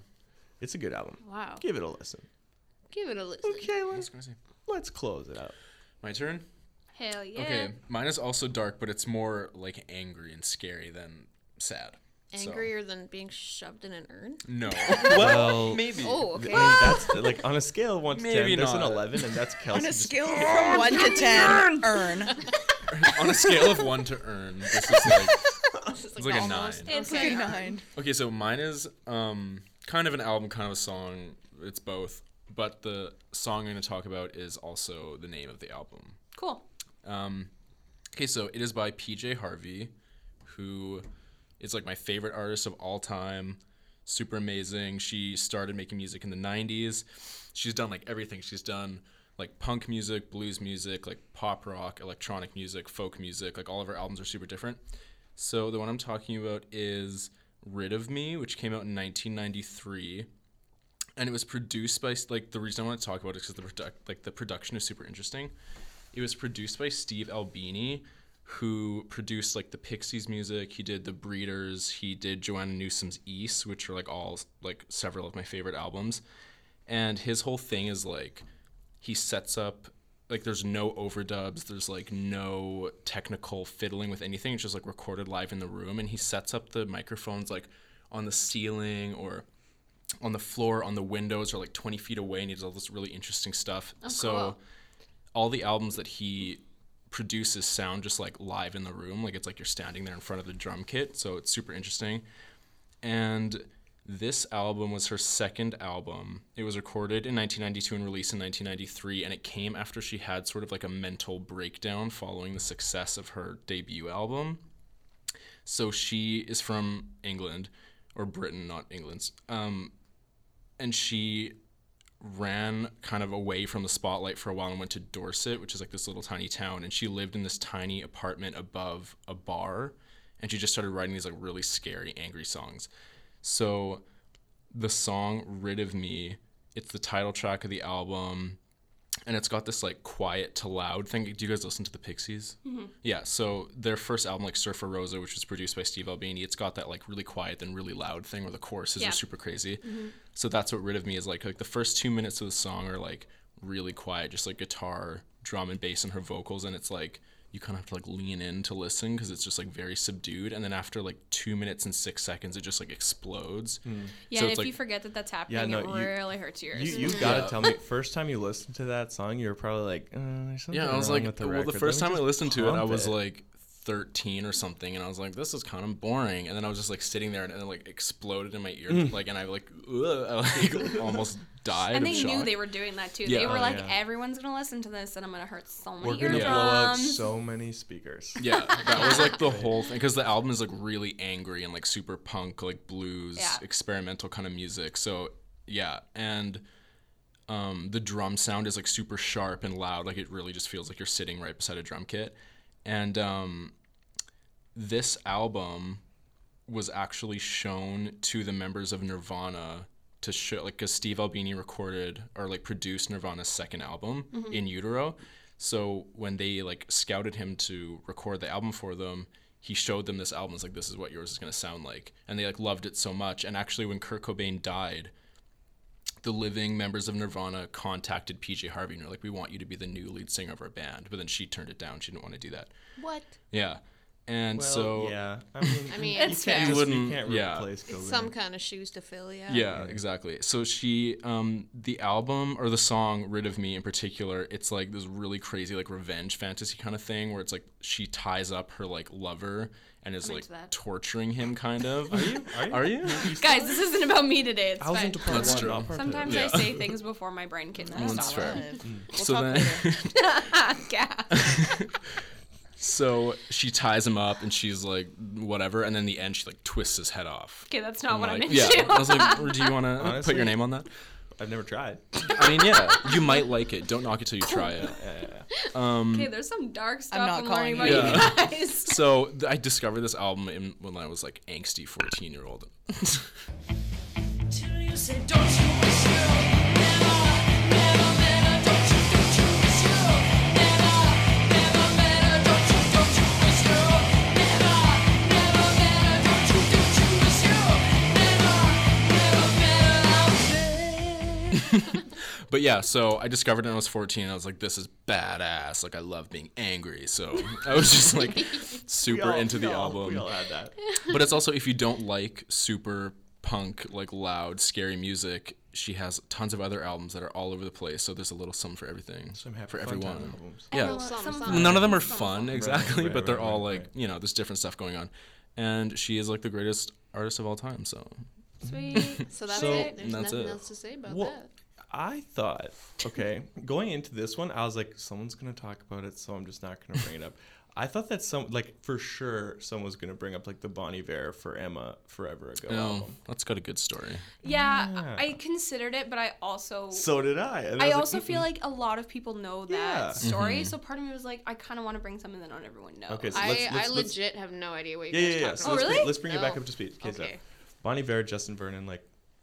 Speaker 2: It's a good album.
Speaker 4: wow.
Speaker 2: Give it a listen.
Speaker 4: Give it a listen."
Speaker 2: Okay, let's
Speaker 1: I was gonna say,
Speaker 2: let's close it out.
Speaker 1: My turn.
Speaker 3: Hell yeah.
Speaker 1: Okay, mine is also dark, but it's more like angry and scary than sad. So-
Speaker 4: Angrier than being shoved in an urn?
Speaker 1: No.
Speaker 2: Well,
Speaker 1: Maybe.
Speaker 4: Oh, okay.
Speaker 2: I mean, that's like on a scale of one to
Speaker 1: Maybe
Speaker 2: ten, there's an
Speaker 1: not.
Speaker 2: eleven, and that's Kelsey.
Speaker 5: On a
Speaker 2: just-
Speaker 5: scale from one to ten, earn.
Speaker 1: On a scale of one to earn, this is like it's like a nine.
Speaker 3: It's
Speaker 5: Okay,
Speaker 3: like-
Speaker 5: nine.
Speaker 1: Okay, so mine is um, kind of an album, kind of a song. It's both, but the song I'm going to talk about is also the name of the album.
Speaker 3: cool.
Speaker 1: Um, okay, so it is by PJ Harvey, who is like my favorite artist of all time. Super amazing. She started making music in the 90s. She's done like everything. She's done like punk music, blues music, like pop rock, electronic music, folk music. Like all of her albums are super different. So the one I'm talking about is Rid of Me, which came out in 1993 and it was produced by like the reason I want to talk about it is because the product like the production is super interesting. It was produced by Steve Albini, who produced like the Pixies music. He did the Breeders. He did Joanna Newsom's East, which are like all like several of my favorite albums. And his whole thing is like he sets up like there's no overdubs there's like no technical fiddling with anything it's just like recorded live in the room and he sets up the microphones like on the ceiling or on the floor on the windows or like 20 feet away and he does all this really interesting stuff so
Speaker 4: cool.
Speaker 1: all the albums that he produces sound just like live in the room like it's like you're standing there in front of the drum kit so it's super interesting and this album was her second album. It was recorded in 1992 and released in 1993, and it came after she had sort of like a mental breakdown following the success of her debut album. So she is from England, or Britain, not England. Um, and she ran kind of away from the spotlight for a while and went to Dorset, which is like this little tiny town. And she lived in this tiny apartment above a bar. And she just started writing these like really scary, angry songs. So the song Rid of Me, it's the title track of the album. And it's got this like quiet to loud thing. Do you guys listen to the Pixies?
Speaker 3: Mm-hmm.
Speaker 1: Yeah. So their first album, like Surfer Rosa, which was produced by Steve Albini, it's got that like really quiet then really loud thing where the choruses
Speaker 3: Yeah. Mm-hmm.
Speaker 1: are super crazy. So that's what Rid of Me is like. Like the first two minutes of the song are like really quiet, just like guitar, drum, and bass, and her vocals, and it's like you kind of have to like lean in to listen because it's just like very subdued. And then after like two minutes and six seconds, it just like explodes.
Speaker 3: Yeah,
Speaker 1: So
Speaker 3: and
Speaker 1: it's
Speaker 3: if you
Speaker 1: like-
Speaker 3: forget that that's happening,
Speaker 2: no,
Speaker 3: it
Speaker 2: you-
Speaker 3: really hurts yours.
Speaker 2: You, you gotta tell me. First time you listened to that song, you were probably like, uh, "There's something
Speaker 1: Yeah, I was
Speaker 2: wrong
Speaker 1: like,
Speaker 2: with the
Speaker 1: well,
Speaker 2: record.
Speaker 1: the
Speaker 2: Let
Speaker 1: first
Speaker 2: me
Speaker 1: time I
Speaker 2: just
Speaker 1: listened to it, I
Speaker 2: pump
Speaker 1: was like 13 or something, and I was like, this is kind of boring. And then I was just like sitting there, and it like exploded in my ear,
Speaker 2: Mm.
Speaker 1: like, and I like, ugh, I like almost died.
Speaker 3: and
Speaker 1: of
Speaker 3: they knew
Speaker 1: shock.
Speaker 3: they were doing that too. They
Speaker 1: Yeah.
Speaker 3: were
Speaker 1: Oh,
Speaker 3: like,
Speaker 2: yeah.
Speaker 3: everyone's gonna listen to this, and I'm gonna hurt so many
Speaker 2: we're gonna
Speaker 3: eardrums.
Speaker 2: blow out so many speakers."
Speaker 1: Yeah, that was like the whole thing because the album is like really angry and like super punk, like blues,
Speaker 3: Yeah.
Speaker 1: experimental kind of music. So yeah, and um, the drum sound is like super sharp and loud. Like it really just feels like you're sitting right beside a drum kit. And um, this album was actually shown to the members of Nirvana to show, like, because Steve Albini recorded or like produced Nirvana's second album in utero. So when they like scouted him to record the album for them, he showed them this album. It's like this is what yours is gonna sound like, and they like loved it so much. And actually, when Kurt Cobain died, the living members of Nirvana contacted PJ Harvey and were like, "We want you to be the new lead singer of our band." But then she turned it down. She didn't want to do that.
Speaker 4: What?
Speaker 1: Yeah, and
Speaker 2: Well,
Speaker 1: so
Speaker 2: yeah, I mean,
Speaker 4: I mean,
Speaker 2: you
Speaker 4: it's
Speaker 2: can't
Speaker 1: fair.
Speaker 2: just-
Speaker 1: Wouldn't-
Speaker 2: you can't
Speaker 1: yeah.
Speaker 2: replace Cobain.
Speaker 4: some kind of shoes to fill, yeah.
Speaker 1: Yeah, exactly. So she, um, the album or the song "Rid of Me" in particular, it's like this really crazy, like revenge fantasy kind of thing where it's like she ties up her like lover and is like
Speaker 3: into that.
Speaker 1: torturing him, kind of. Are you? Are you?
Speaker 3: Guys, this isn't about me today. It's
Speaker 2: I was
Speaker 3: fine.
Speaker 2: into part
Speaker 1: That's
Speaker 2: one,
Speaker 1: true.
Speaker 2: not part two.
Speaker 3: Sometimes I
Speaker 1: Yeah.
Speaker 3: say things before my brain can
Speaker 1: That's
Speaker 3: stop.
Speaker 1: fair.
Speaker 5: Live.
Speaker 1: so then, so she ties him up and she's like, whatever, and then in the end she like twists his head off.
Speaker 3: Okay, that's not
Speaker 1: I'm
Speaker 3: what I'm
Speaker 1: like,
Speaker 3: into.
Speaker 1: yeah. I was like, "Or do you want to put
Speaker 2: Honestly?
Speaker 1: your name on that?
Speaker 2: I've never tried.
Speaker 1: I mean, yeah, you might like it. Don't knock it till you try it.
Speaker 3: Okay, there's some dark stuff
Speaker 5: not
Speaker 3: I'm, learning about
Speaker 1: you.
Speaker 5: calling
Speaker 3: you guys.
Speaker 1: So th- I discovered this album in, when I was like angsty 14 year old.
Speaker 6: Till you say, don't you wish you never, never, never, don't you, don't you wish you never, never, never, don't you, don't you wish you never, never, never, don't you, don't you wish you never, never, never, I'll say.
Speaker 1: But yeah, so I discovered it when I was 14. And I was like, this is badass. Like, I love being angry. So I was just like
Speaker 2: We
Speaker 1: super
Speaker 2: all-
Speaker 1: into
Speaker 2: we
Speaker 1: the
Speaker 2: all-
Speaker 1: album.
Speaker 2: We all had that.
Speaker 1: But it's also, if you don't like super punk, like loud, scary music, she has tons of other albums that are all over the place. So there's a little sum for everything.
Speaker 2: Some happy
Speaker 1: for
Speaker 2: fun time
Speaker 1: everyone.
Speaker 2: albums.
Speaker 1: Yeah.
Speaker 4: Some, some,
Speaker 1: None of them are fun exactly,
Speaker 2: right,
Speaker 1: but they're
Speaker 2: right,
Speaker 1: all
Speaker 2: right,
Speaker 1: like you know, there's different stuff going on, and she is like the greatest artist of all time. So
Speaker 3: Sweet.
Speaker 4: So that's
Speaker 2: So-
Speaker 4: it. There's
Speaker 1: That's
Speaker 4: nothing
Speaker 1: it.
Speaker 4: else to say about
Speaker 2: Well,
Speaker 4: that.
Speaker 2: I thought, okay, going into this one, I was like, someone's gonna talk about it, so I'm just not gonna bring it up. I thought that some, like, for sure, someone was gonna bring up like the Bonnie Vare for Emma forever ago
Speaker 1: no,
Speaker 2: album.
Speaker 1: that's got a good story.
Speaker 3: Yeah, I considered it, but I also
Speaker 2: So did I. and
Speaker 3: I
Speaker 2: was like,
Speaker 3: also
Speaker 2: "Mm-mm."
Speaker 3: feel like a lot of people know that
Speaker 2: Yeah. Mm-hmm.
Speaker 3: story, so part of me was like, I kind of want to bring something that not everyone knows.
Speaker 2: Okay, so
Speaker 4: I,
Speaker 2: let's,
Speaker 4: I
Speaker 2: let's- let's-
Speaker 4: legit have no idea what
Speaker 2: yeah,
Speaker 4: you're
Speaker 2: yeah, yeah.
Speaker 4: talking
Speaker 2: So
Speaker 4: about.
Speaker 2: let's,
Speaker 3: Oh, really? Oh,
Speaker 2: bring, let's bring it back
Speaker 4: No.
Speaker 2: up to speed. Okay,
Speaker 4: Okay.
Speaker 2: so Bonnie Vare, Justin Vernon, like,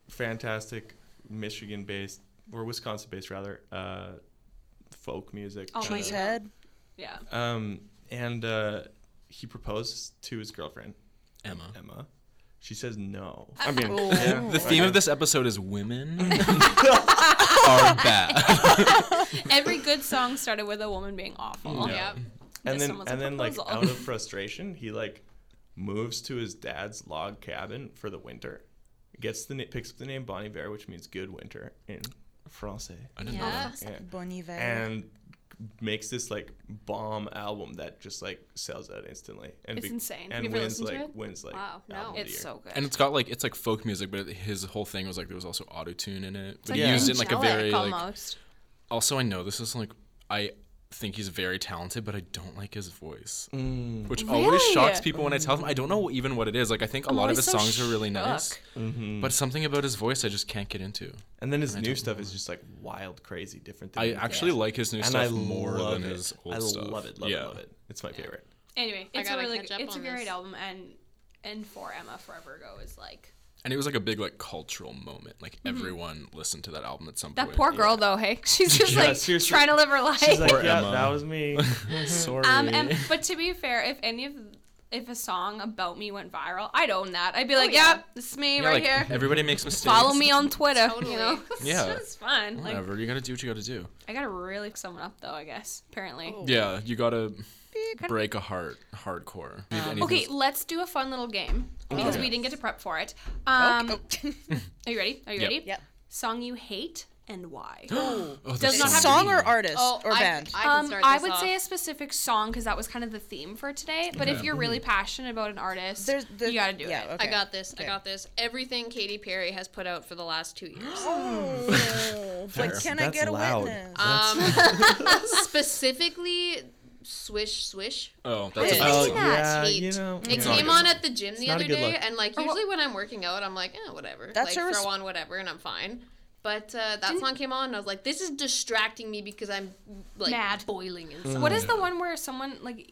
Speaker 2: fantastic Michigan-based or Wisconsin-based rather, uh, folk music.
Speaker 3: Oh my
Speaker 2: kinda.
Speaker 5: Cheesehead.
Speaker 3: yeah,
Speaker 2: Um, and uh, he proposes to his girlfriend
Speaker 1: Emma.
Speaker 2: Emma. She says no. I mean,
Speaker 5: Oh.
Speaker 2: yeah,
Speaker 1: The theme of this episode is women are bad.
Speaker 3: Every good song started with a woman being
Speaker 2: Mm-hmm.
Speaker 3: awful.
Speaker 1: Yeah.
Speaker 4: Yep.
Speaker 2: and
Speaker 3: this
Speaker 2: then
Speaker 3: one was a
Speaker 2: and then like
Speaker 3: proposal.
Speaker 2: out of frustration, he like moves to his dad's log cabin for the winter. Gets the na- picks up the name Bonnie Bear, which means good winter in Francais.
Speaker 1: I didn't know
Speaker 4: Yeah.
Speaker 1: that.
Speaker 2: Yeah.
Speaker 5: Bon Iver.
Speaker 2: and makes this like bomb album that just like sells out instantly and
Speaker 3: It's insane.
Speaker 2: and
Speaker 3: Have you ever
Speaker 2: wins
Speaker 3: listened to
Speaker 2: like
Speaker 3: it?
Speaker 2: wins like
Speaker 4: Wow, no.
Speaker 2: album of the
Speaker 3: It's
Speaker 2: year.
Speaker 3: so good.
Speaker 1: And it's got like it's like folk music, but his whole thing was like there was also auto tune in it. But
Speaker 2: like
Speaker 1: he used it in like a very like.
Speaker 3: almost.
Speaker 1: Also, I know this is like I think he's very talented, but I don't like his voice,
Speaker 2: Mm.
Speaker 1: which always
Speaker 3: Really?
Speaker 1: shocks people when I tell them. I don't know even what it is. Like I think a lot of
Speaker 3: always
Speaker 1: his
Speaker 3: so
Speaker 1: songs are really nice,
Speaker 3: shook.
Speaker 2: Mm-hmm.
Speaker 1: but something about his voice I just can't get into.
Speaker 2: and then his new stuff is just like wild crazy different than
Speaker 1: I
Speaker 2: anything
Speaker 1: actually
Speaker 2: else.
Speaker 1: like his new
Speaker 2: and
Speaker 1: stuff
Speaker 2: I
Speaker 1: more
Speaker 2: love
Speaker 1: than
Speaker 2: it.
Speaker 1: his old
Speaker 2: I
Speaker 1: stuff.
Speaker 2: love it love
Speaker 1: yeah.
Speaker 2: it love it it's my favorite
Speaker 3: Anyway, it's a
Speaker 4: gotta
Speaker 3: really
Speaker 4: catch
Speaker 3: good,
Speaker 4: up
Speaker 3: it's a
Speaker 4: on
Speaker 3: great
Speaker 4: this.
Speaker 3: album, and and for Emma Forever Ago is like
Speaker 1: And it was like a big like cultural moment. Like everyone listened to that album at some
Speaker 3: Mm-hmm.
Speaker 1: point.
Speaker 3: that poor girl though. Hey, she's just
Speaker 2: Yeah,
Speaker 3: like
Speaker 2: seriously.
Speaker 3: trying to live her life.
Speaker 2: she's like
Speaker 1: Or
Speaker 2: yeah
Speaker 1: Emma.
Speaker 2: that was me sorry
Speaker 3: Um, and, but to be fair, if any of if a song about me went viral, I'd own that. I'd
Speaker 5: Oh,
Speaker 3: be like,
Speaker 4: yeah.
Speaker 3: "Yep, this is me
Speaker 1: Yeah,
Speaker 3: right
Speaker 1: like,
Speaker 3: here.
Speaker 1: Everybody makes mistakes.
Speaker 3: Follow me on Twitter."
Speaker 4: Totally.
Speaker 3: You know, it's
Speaker 1: Yeah.
Speaker 3: just fun. Like,
Speaker 1: Whatever. you gotta do what you gotta do.
Speaker 3: I gotta really look someone up though. I guess apparently.
Speaker 4: Oh,
Speaker 1: Yeah, you gotta break a heart hardcore. Anything-
Speaker 3: Okay, let's do a fun little game
Speaker 4: Oh,
Speaker 3: because we didn't get to prep for it. Um, Are you ready? Are you
Speaker 1: Yep.
Speaker 3: ready?
Speaker 5: Yep.
Speaker 3: song you hate and why?
Speaker 1: Oh, there's
Speaker 3: does not
Speaker 1: so
Speaker 3: have to
Speaker 5: Song
Speaker 1: many.
Speaker 5: or artist
Speaker 4: Oh,
Speaker 5: or
Speaker 4: I,
Speaker 5: band?
Speaker 4: I, can
Speaker 3: Um,
Speaker 4: start
Speaker 3: I
Speaker 4: this
Speaker 3: would
Speaker 4: off.
Speaker 3: say a specific song because that was kind of the theme for today. But if you're really passionate about an artist,
Speaker 5: There's- there-
Speaker 3: you gotta do
Speaker 5: yeah,
Speaker 3: it.
Speaker 5: okay.
Speaker 4: I got this. I got this. Everything Katy Perry has put out for the last two years.
Speaker 5: But can I
Speaker 2: That's
Speaker 5: get a
Speaker 2: loud.
Speaker 5: witness?
Speaker 4: um, specifically, Swish Swish.
Speaker 1: Oh, that's
Speaker 5: Yeah.
Speaker 1: a
Speaker 5: Oh,
Speaker 1: bad song.
Speaker 4: That's
Speaker 2: yeah,
Speaker 4: hate.
Speaker 2: you know,
Speaker 4: it
Speaker 1: it's not
Speaker 4: came
Speaker 1: good.
Speaker 4: on at the gym
Speaker 2: not
Speaker 4: the
Speaker 2: a
Speaker 4: other
Speaker 2: good
Speaker 4: day,
Speaker 2: look.
Speaker 4: and like usually when I'm working out, I'm like, eh, whatever.
Speaker 5: That's
Speaker 4: like
Speaker 5: a res-
Speaker 4: throw on whatever, and I'm fine. But uh, that song came on, and I was like, this is distracting me because I'm like
Speaker 3: Mad.
Speaker 4: boiling
Speaker 1: Hmm.
Speaker 4: inside.
Speaker 3: What is the one where someone like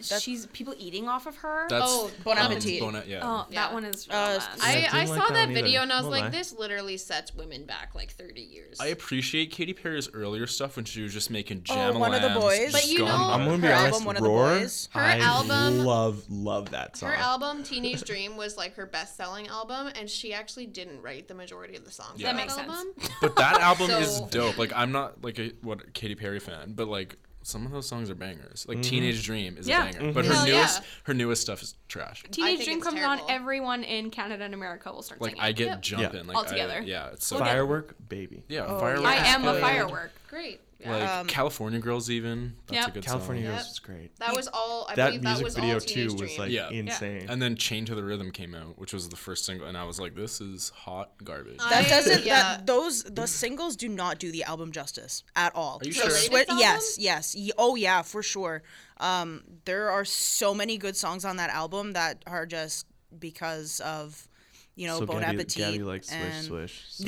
Speaker 3: she's people eating off of her?
Speaker 1: That's
Speaker 4: Oh,
Speaker 5: Bon
Speaker 1: um,
Speaker 5: Appetit.
Speaker 1: bon- yeah.
Speaker 3: oh,
Speaker 4: Yeah.
Speaker 3: that one is. real
Speaker 5: Uh,
Speaker 3: bad.
Speaker 4: I,
Speaker 2: didn't
Speaker 4: I
Speaker 2: like
Speaker 4: saw
Speaker 2: that
Speaker 4: that
Speaker 2: one either.
Speaker 4: video and I was
Speaker 2: Won't
Speaker 4: like,
Speaker 2: lie.
Speaker 4: this literally sets women back like 30 years.
Speaker 1: I appreciate Katy Perry's earlier stuff when she was just making
Speaker 3: Oh,
Speaker 1: jam
Speaker 5: one of the boys.
Speaker 4: But you know-
Speaker 2: I'm gonna be
Speaker 4: Her
Speaker 2: honest.
Speaker 5: album, One of the
Speaker 2: Roar,
Speaker 5: Boys.
Speaker 4: Her
Speaker 2: I
Speaker 4: album-
Speaker 2: love love that song.
Speaker 4: her album Teenage Dream was like her best-selling album, and she actually didn't write the majority of the songs.
Speaker 1: Yeah.
Speaker 4: on
Speaker 1: That
Speaker 3: makes sense.
Speaker 4: album.
Speaker 1: But that album
Speaker 4: So-
Speaker 1: is dope. Like I'm not like a what Katy Perry fan, but like some of those songs are bangers. Like Teenage Dream is
Speaker 3: Yeah.
Speaker 1: a banger, but her
Speaker 4: Hell yeah.
Speaker 1: newest her newest stuff is trash.
Speaker 4: I
Speaker 3: Teenage
Speaker 4: think
Speaker 3: Dream
Speaker 4: it's
Speaker 3: comes on,
Speaker 4: terrible.
Speaker 3: everyone in Canada and America will start
Speaker 1: Like
Speaker 3: singing.
Speaker 1: I
Speaker 3: it.
Speaker 1: get jumping like
Speaker 3: Altogether.
Speaker 1: I, yeah, it's so
Speaker 2: Firework Baby.
Speaker 1: yeah. fireworks.
Speaker 3: I
Speaker 1: is
Speaker 3: am a
Speaker 1: good.
Speaker 3: firework.
Speaker 4: Great. Yeah.
Speaker 1: Like California Girls, even that's a
Speaker 3: Yep.
Speaker 1: good
Speaker 2: California
Speaker 1: song.
Speaker 2: Girls
Speaker 4: Yep.
Speaker 2: was great.
Speaker 4: that was all. I
Speaker 2: that
Speaker 4: believe that
Speaker 2: music
Speaker 4: was
Speaker 2: video
Speaker 4: all
Speaker 2: too
Speaker 4: Teenage
Speaker 2: was
Speaker 4: Dream.
Speaker 2: like
Speaker 1: Yeah. Yeah.
Speaker 2: insane.
Speaker 1: And then Chain to the Rhythm came out, which was the first single, and I was like, this is hot garbage.
Speaker 5: That
Speaker 4: I-
Speaker 5: doesn't.
Speaker 4: yeah.
Speaker 5: That those the singles do not do the album justice at all.
Speaker 1: Are you sure?
Speaker 4: Related?
Speaker 5: Swi-
Speaker 4: album?
Speaker 5: yes, yes. Ye- Oh yeah, for sure. Um, there are so many good songs on that album that are just because of, you know,
Speaker 2: so
Speaker 5: Bon
Speaker 2: Gabby,
Speaker 5: Appetit.
Speaker 2: Gabby likes
Speaker 5: and-
Speaker 2: Swish Swish. so-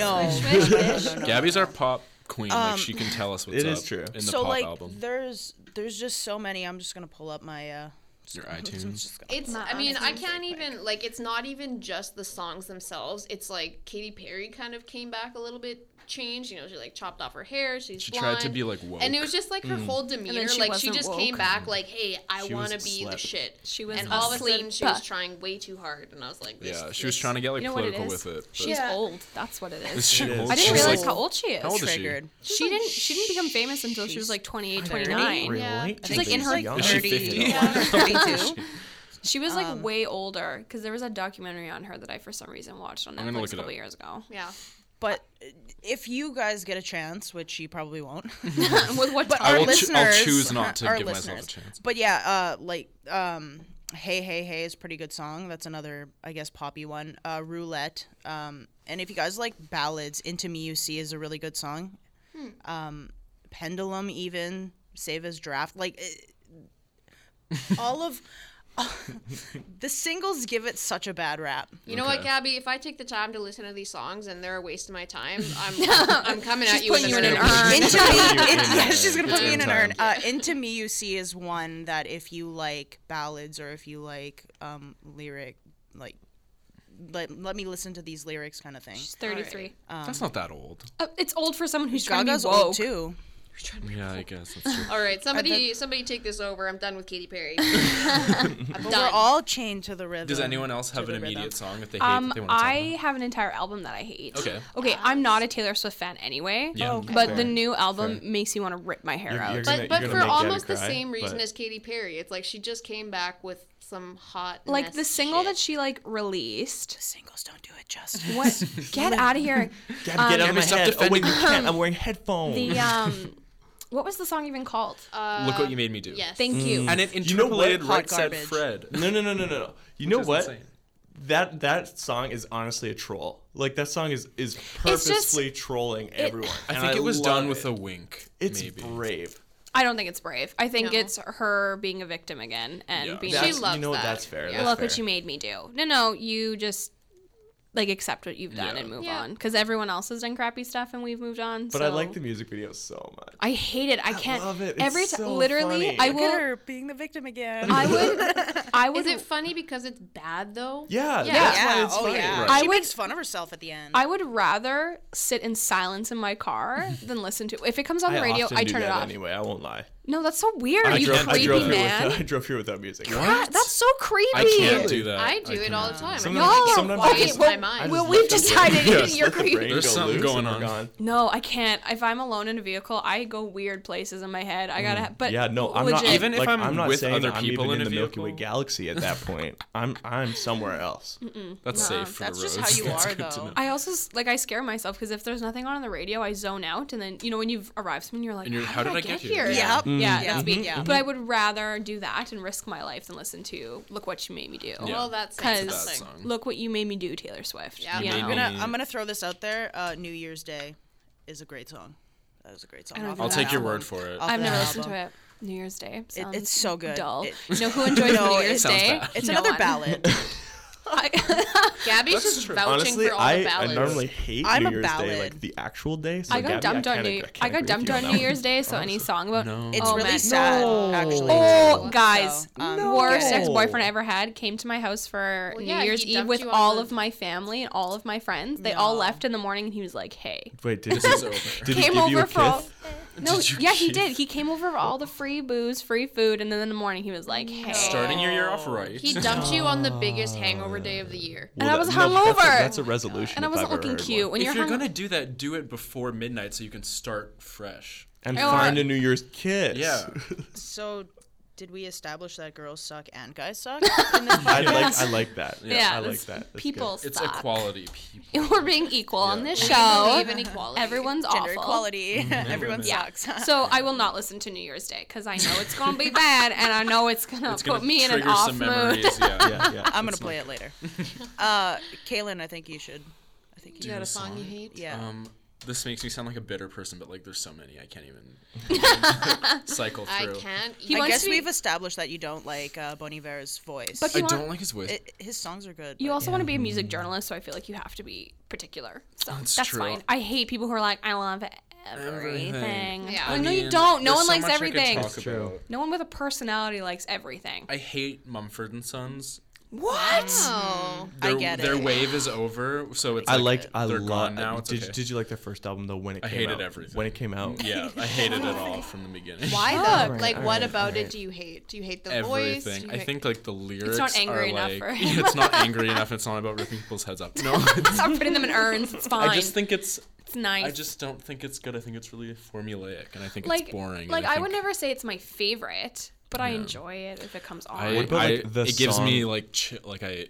Speaker 5: No.
Speaker 1: Gabby's our pop queen. like she can tell us what's
Speaker 2: it is
Speaker 1: up
Speaker 2: true.
Speaker 1: in the
Speaker 5: so
Speaker 1: pop
Speaker 5: like,
Speaker 1: album.
Speaker 5: there's there's just so many. I'm just gonna pull up my. Uh,
Speaker 1: Your
Speaker 5: just
Speaker 1: iTunes.
Speaker 5: gonna-
Speaker 4: It's.
Speaker 3: Not
Speaker 4: I mean, I
Speaker 3: honestly.
Speaker 4: can't even like. It's not even just the songs themselves. It's like Katy Perry kind of came back a little bit, changed. You know, she like chopped off her hair. She's
Speaker 1: She tried to
Speaker 4: blonde.
Speaker 1: be like woke. Mm.
Speaker 4: And it was just like her whole demeanor.
Speaker 3: she
Speaker 4: like she
Speaker 3: wasn't
Speaker 4: just came
Speaker 3: woke.
Speaker 4: back like, hey, I
Speaker 2: She
Speaker 4: want to
Speaker 2: was
Speaker 4: be the
Speaker 2: slept.
Speaker 4: shit.
Speaker 3: She was
Speaker 4: and all of a
Speaker 3: asleep.
Speaker 4: sudden she was trying way too hard, and I was like, this,
Speaker 1: yeah, she was trying to get like
Speaker 3: You know what it
Speaker 1: political
Speaker 3: is?
Speaker 1: with it. but-
Speaker 3: She's old. That's what it
Speaker 1: Is
Speaker 3: is.
Speaker 1: she
Speaker 2: is.
Speaker 1: old?
Speaker 3: I didn't
Speaker 1: She's,
Speaker 3: realize
Speaker 1: like-
Speaker 3: how old she is.
Speaker 1: How old is she?
Speaker 5: triggered.
Speaker 3: She didn't. She didn't become famous until she was like 28, 29.
Speaker 4: Really?
Speaker 3: She's like in her.
Speaker 1: Is she 50? Yeah.
Speaker 5: Thirty-two.
Speaker 3: She was
Speaker 4: Um.
Speaker 3: like way older because there was a documentary on her that I for some reason watched on
Speaker 1: gonna look
Speaker 3: Netflix
Speaker 1: it
Speaker 3: a couple
Speaker 1: up.
Speaker 3: years ago.
Speaker 4: Yeah.
Speaker 5: But if you guys get a chance, which you probably won't,
Speaker 3: With what?
Speaker 5: but
Speaker 3: time?
Speaker 5: our
Speaker 1: will ch-
Speaker 5: listeners,
Speaker 1: I'll choose not to
Speaker 5: our
Speaker 1: give myself a
Speaker 5: listeners.
Speaker 1: chance.
Speaker 5: But yeah, uh, like um, "Hey Hey Hey" is a pretty good song. That's another, I guess, poppy one. Uh, "Roulette," um, and if you guys like ballads, "Into Me You See" is a really good song. Um, "Pendulum," even "Save As Draft," like eh, all of the singles give it such a bad rap.
Speaker 4: You know what,
Speaker 1: Okay.
Speaker 4: Gabby? If I take the time to listen to these songs and they're a waste of my time, I'm I'm coming at you. with
Speaker 3: putting you
Speaker 4: a
Speaker 3: in an
Speaker 4: straight
Speaker 3: urn.
Speaker 5: into me, it,
Speaker 2: in
Speaker 5: yeah,
Speaker 2: there.
Speaker 5: she's gonna put
Speaker 1: It's
Speaker 5: me in
Speaker 1: in
Speaker 5: an urn. Uh,
Speaker 1: time.
Speaker 5: into me, you see, is one that if you like ballads or if you like um, lyric, like let, let me listen to these lyrics kind of thing.
Speaker 3: She's 33.
Speaker 1: That's not that old.
Speaker 3: Uh, it's old for someone who's trying
Speaker 5: Gaga's
Speaker 3: to be woke.
Speaker 5: old too.
Speaker 4: We're trying to be
Speaker 1: Yeah, I guess that's true.
Speaker 4: All right, somebody, somebody take this over. I'm done with Katy Perry.
Speaker 5: But
Speaker 4: done.
Speaker 5: we're all chained to the rhythm.
Speaker 1: Does anyone else
Speaker 5: to
Speaker 1: have
Speaker 5: the
Speaker 1: an
Speaker 5: rhythm.
Speaker 1: immediate song that they hate
Speaker 3: Um,
Speaker 1: that they want to talk
Speaker 3: I have an entire album that I hate.
Speaker 1: Okay.
Speaker 3: Okay, I'm not a Taylor Swift fan anyway.
Speaker 1: Yeah. Oh, okay.
Speaker 3: But
Speaker 2: Fair.
Speaker 3: the new album
Speaker 2: Fair.
Speaker 3: makes me want to rip my hair
Speaker 2: You're-
Speaker 3: out.
Speaker 2: you're gonna-
Speaker 4: but but
Speaker 2: you're
Speaker 4: for
Speaker 2: gonna make Jenna
Speaker 4: almost the
Speaker 2: cry,
Speaker 4: same reason
Speaker 2: but-
Speaker 4: as Katy Perry, it's like she just came back with some hot.
Speaker 3: like
Speaker 4: mess
Speaker 3: the single
Speaker 4: shit.
Speaker 3: that she like released.
Speaker 5: Singles don't do it justice.
Speaker 3: What? Get out of here.
Speaker 2: Gotta get out of my
Speaker 1: stop
Speaker 2: head. Oh wait, you
Speaker 1: defending
Speaker 2: can't. I'm wearing headphones.
Speaker 3: The um, what was the song even called?
Speaker 4: Uh,
Speaker 1: about? Look what you made me do.
Speaker 4: Yes.
Speaker 3: Thank you.
Speaker 1: Mm. And it
Speaker 2: You know what?
Speaker 1: interpolated
Speaker 5: Hot
Speaker 1: Red Said
Speaker 5: garbage.
Speaker 1: Fred.
Speaker 2: No, no, no, no, no, no. You know
Speaker 1: is
Speaker 2: what?
Speaker 1: insane.
Speaker 2: That that song is honestly a troll. Like that song is is
Speaker 3: just-
Speaker 2: purposefully trolling everyone.
Speaker 1: I
Speaker 2: and
Speaker 1: think it was
Speaker 2: love
Speaker 1: done with
Speaker 2: it.
Speaker 1: a wink.
Speaker 2: It's
Speaker 1: maybe.
Speaker 2: brave.
Speaker 3: I don't think it's brave. I think
Speaker 4: No.
Speaker 3: it's her being a victim again and
Speaker 1: Yeah.
Speaker 3: being
Speaker 2: That's,
Speaker 3: like,
Speaker 4: loves
Speaker 2: you know what?
Speaker 4: that.
Speaker 2: That's fair.
Speaker 4: Yeah.
Speaker 2: That's
Speaker 3: look
Speaker 2: fair.
Speaker 3: what you made me do. No, no, you just like accept what you've done
Speaker 1: Yeah.
Speaker 3: and move
Speaker 4: Yeah.
Speaker 3: on because everyone else has done crappy stuff and we've moved on.
Speaker 2: But I like the
Speaker 3: so-
Speaker 2: music video so much.
Speaker 3: I hate it. I can't.
Speaker 2: love it. It's
Speaker 3: Every time,
Speaker 2: so
Speaker 3: literally,
Speaker 2: funny.
Speaker 3: I
Speaker 2: Look
Speaker 5: Look at
Speaker 3: will.
Speaker 5: her being the victim
Speaker 2: Mm.
Speaker 5: again.
Speaker 3: I would. I would.
Speaker 4: Is it funny because it's bad though?
Speaker 2: Yeah.
Speaker 4: Yeah.
Speaker 2: That's
Speaker 5: yeah.
Speaker 2: Why it's
Speaker 5: oh
Speaker 2: funny.
Speaker 5: yeah.
Speaker 2: Right.
Speaker 3: I
Speaker 5: she
Speaker 3: would-
Speaker 5: makes fun of herself at the end.
Speaker 3: I would rather sit in silence in my car than listen to. If it comes on the
Speaker 2: I
Speaker 3: radio,
Speaker 2: often
Speaker 3: I
Speaker 2: do
Speaker 3: turn it
Speaker 2: that
Speaker 3: off.
Speaker 2: Anyway, I won't lie.
Speaker 3: No, that's so weird.
Speaker 2: I
Speaker 3: you
Speaker 2: drove, I
Speaker 3: creepy
Speaker 2: drove here
Speaker 3: man.
Speaker 2: With, I drove here without music.
Speaker 3: God, that's so creepy.
Speaker 1: I can't do that.
Speaker 4: I do it all the
Speaker 1: cannot.
Speaker 4: time.
Speaker 2: Sometimes-
Speaker 4: I can't
Speaker 2: sometimes
Speaker 4: quiet
Speaker 2: I just-
Speaker 4: my
Speaker 3: well,
Speaker 4: mind.
Speaker 3: well, we've decided
Speaker 2: Yes,
Speaker 3: you're
Speaker 2: let the
Speaker 3: creepy.
Speaker 2: brain
Speaker 1: There's
Speaker 2: go
Speaker 1: something
Speaker 2: loose
Speaker 1: going
Speaker 2: and we're
Speaker 1: on.
Speaker 2: gone.
Speaker 3: No, I can't. If I'm alone in a vehicle, I go weird places in my head. I gotta. But
Speaker 2: Mm. yeah, no, I'm
Speaker 3: legit,
Speaker 2: not.
Speaker 1: Even if
Speaker 2: like,
Speaker 1: I'm
Speaker 2: not
Speaker 1: with
Speaker 2: saying
Speaker 1: other
Speaker 2: I'm
Speaker 1: people
Speaker 2: even
Speaker 1: in
Speaker 2: in,
Speaker 1: a
Speaker 2: the Milky Way
Speaker 1: vehicle.
Speaker 2: galaxy at that point. I'm I'm somewhere else.
Speaker 1: That's
Speaker 5: Nuh-uh.
Speaker 1: safe for
Speaker 5: That's
Speaker 1: Rose.
Speaker 5: just how you
Speaker 1: That's
Speaker 5: are,
Speaker 1: good to
Speaker 5: though.
Speaker 1: know.
Speaker 3: I also s- like I scare myself because if there's nothing on on the radio, I zone out, and then you know when you've arrived, and you're like,
Speaker 1: And you're-
Speaker 3: how, did, I get, here?
Speaker 5: Yep.
Speaker 3: Yeah,
Speaker 5: Yeah.
Speaker 3: that's me.
Speaker 5: Mhm. Yeah.
Speaker 3: But I would rather do that and risk my life than listen to "Look What You Made Me Do."
Speaker 1: Yeah.
Speaker 4: Well, that's
Speaker 1: That
Speaker 3: Because
Speaker 1: song.
Speaker 3: look what you made me do, Taylor Swift.
Speaker 4: Yeah.
Speaker 1: You
Speaker 3: You
Speaker 1: made
Speaker 3: know?
Speaker 1: me-
Speaker 5: gonna, I'm gonna throw this out there. Uh, New Year's Day is a great song. That was a great song.
Speaker 3: I don't
Speaker 5: off
Speaker 3: even
Speaker 1: I'll
Speaker 5: of
Speaker 1: take
Speaker 5: that
Speaker 1: your
Speaker 5: album.
Speaker 1: word for it.
Speaker 5: Off
Speaker 3: I've
Speaker 5: of that
Speaker 3: never listened to
Speaker 5: album.
Speaker 3: it. New Year's Day. Sounds
Speaker 5: it's so good.
Speaker 3: Dull.
Speaker 5: It-
Speaker 3: you know who enjoys
Speaker 5: No,
Speaker 3: New
Speaker 5: it
Speaker 3: Year's
Speaker 1: sounds
Speaker 3: Day?
Speaker 1: bad.
Speaker 5: It's
Speaker 3: No
Speaker 5: another
Speaker 3: one.
Speaker 5: ballad.
Speaker 3: I,
Speaker 4: Gabby's just vouching
Speaker 2: Honestly,
Speaker 4: for all the
Speaker 2: I, I
Speaker 4: ballads.
Speaker 2: normally hate
Speaker 5: I'm
Speaker 2: New
Speaker 5: a
Speaker 2: Year's Day, like
Speaker 5: ballad.
Speaker 2: the actual day. So
Speaker 3: I got
Speaker 2: Gabby,
Speaker 3: dumped on
Speaker 2: kinda-
Speaker 3: New.
Speaker 2: kinda
Speaker 3: I got
Speaker 2: agree with
Speaker 3: dumped
Speaker 2: you
Speaker 3: on
Speaker 2: that
Speaker 3: New
Speaker 2: one.
Speaker 3: Year's Day, so any song about
Speaker 1: No.
Speaker 5: It's
Speaker 3: Oh,
Speaker 5: really
Speaker 3: man.
Speaker 5: sad, actually.
Speaker 3: Oh,
Speaker 5: So,
Speaker 3: guys.
Speaker 5: um,
Speaker 3: worst
Speaker 5: okay.
Speaker 2: No.
Speaker 3: ex-boyfriend I ever had came to my house for
Speaker 4: Well,
Speaker 3: New
Speaker 4: yeah,
Speaker 3: Year's
Speaker 4: he
Speaker 3: Eve
Speaker 4: dumped
Speaker 3: with
Speaker 4: you on
Speaker 3: all
Speaker 4: the-
Speaker 3: of my family and all of my friends. They all
Speaker 5: No.
Speaker 3: left in the morning, and he was like, "Hey."
Speaker 2: Wait, did
Speaker 1: This is over.
Speaker 2: Did he
Speaker 3: came
Speaker 2: give you
Speaker 3: over
Speaker 2: a
Speaker 3: for all.
Speaker 2: kiss?
Speaker 3: No,
Speaker 1: Did you
Speaker 3: yeah, he
Speaker 1: kiss?
Speaker 3: did. He came over for all the free booze, free food, and then in the morning he was like, "Hey."
Speaker 1: Starting your year off right.
Speaker 4: He dumped you on the
Speaker 2: Oh.
Speaker 4: biggest hangover day of the year.
Speaker 3: And I was
Speaker 2: that- no, That's a,
Speaker 3: hungover.
Speaker 2: that's a resolution.
Speaker 3: and I
Speaker 2: if
Speaker 3: wasn't
Speaker 2: I've ever
Speaker 3: looking
Speaker 2: heard
Speaker 3: cute
Speaker 2: one.
Speaker 3: when
Speaker 1: if
Speaker 3: you're,
Speaker 1: you're
Speaker 3: hung-
Speaker 1: gonna do that, do it before midnight so you can start fresh.
Speaker 2: And
Speaker 3: Oh,
Speaker 2: find
Speaker 3: uh,
Speaker 2: a New Year's kiss.
Speaker 1: Yeah.
Speaker 5: So, did we establish that girls suck and guys suck? in this
Speaker 2: I
Speaker 5: podcast?
Speaker 2: like I like that.
Speaker 1: Yeah,
Speaker 2: I like
Speaker 3: that's-
Speaker 2: that. That's good.
Speaker 3: people
Speaker 1: It's
Speaker 3: suck.
Speaker 1: equality, people.
Speaker 3: We're being equal on this
Speaker 4: I
Speaker 3: show.
Speaker 4: believe in equality.
Speaker 3: Everyone's
Speaker 5: Gender
Speaker 3: awful.
Speaker 5: equality.
Speaker 1: Mm-hmm.
Speaker 5: Everyone
Speaker 3: Yeah.
Speaker 5: sucks.
Speaker 3: So I will not listen to New Year's Day because I know it's gonna be bad, and I know it's gonna
Speaker 1: It's gonna
Speaker 3: put me in an
Speaker 1: trigger
Speaker 3: off
Speaker 1: some
Speaker 3: mood.
Speaker 1: memories. Yeah.
Speaker 2: Yeah, yeah.
Speaker 5: I'm gonna play it later. uh, Kaylin, I think you should. I think
Speaker 4: You
Speaker 5: you.
Speaker 4: got
Speaker 1: a
Speaker 4: a song you
Speaker 1: song?
Speaker 4: hate?
Speaker 5: Yeah.
Speaker 1: Um, this makes me sound like a bitter person, but like, there's so many I can't even cycle
Speaker 4: I
Speaker 1: through.
Speaker 4: can't.
Speaker 3: He
Speaker 4: eat-
Speaker 5: I
Speaker 3: wants
Speaker 5: guess
Speaker 3: to be-
Speaker 5: we've established that you don't like uh, Bon Iver's voice.
Speaker 3: But
Speaker 1: I
Speaker 3: you want-
Speaker 1: don't like his voice.
Speaker 5: It- his songs are good.
Speaker 3: You
Speaker 5: but-
Speaker 3: also want to be a music journalist, so I feel like you have to be particular. So
Speaker 1: That's
Speaker 3: that's,
Speaker 1: true.
Speaker 3: fine. I hate people who are like, I love everything.
Speaker 1: Everything.
Speaker 4: Yeah.
Speaker 3: Like, no,
Speaker 1: I
Speaker 3: you
Speaker 1: mean,
Speaker 3: don't. No
Speaker 1: there's
Speaker 3: one
Speaker 1: so
Speaker 3: likes
Speaker 1: much I could
Speaker 3: everything.
Speaker 1: talk about.
Speaker 3: No one with a personality likes everything.
Speaker 1: I hate Mumford and Sons.
Speaker 3: What?
Speaker 4: Oh.
Speaker 5: I
Speaker 1: Their,
Speaker 5: get
Speaker 1: their
Speaker 5: it.
Speaker 1: wave is over, so it's.
Speaker 2: I
Speaker 1: like-
Speaker 2: liked. I
Speaker 1: they're
Speaker 2: love.
Speaker 1: gone now. It's
Speaker 2: Did,
Speaker 1: okay.
Speaker 2: did you like their first album though? When it
Speaker 1: I
Speaker 2: came
Speaker 1: hated
Speaker 2: out.
Speaker 1: everything.
Speaker 2: When it came out.
Speaker 1: Yeah, I hated it all from the beginning.
Speaker 4: Why though?
Speaker 2: Alright,
Speaker 4: like, what
Speaker 2: alright,
Speaker 4: about it
Speaker 2: alright.
Speaker 4: do you hate? Do you hate the voice? Do
Speaker 1: Everything.
Speaker 4: you
Speaker 1: I
Speaker 4: hate-
Speaker 1: think like the lyrics
Speaker 3: angry
Speaker 1: are
Speaker 3: enough
Speaker 1: like
Speaker 3: for
Speaker 1: Yeah, it's not angry enough. It's not about ripping people's heads up. No, it's-
Speaker 3: Stop putting them in urns. It's fine.
Speaker 1: I just think it's.
Speaker 3: it's nice.
Speaker 1: I just don't think it's good. I think it's really formulaic, and I think
Speaker 3: like
Speaker 1: it's boring. and
Speaker 3: Like I,
Speaker 1: think-
Speaker 3: would never say it's my favorite, but I enjoy it if it comes on.
Speaker 1: I,
Speaker 2: What about, like,
Speaker 1: I-
Speaker 2: the
Speaker 1: it gives me
Speaker 2: song-
Speaker 1: like chi- like I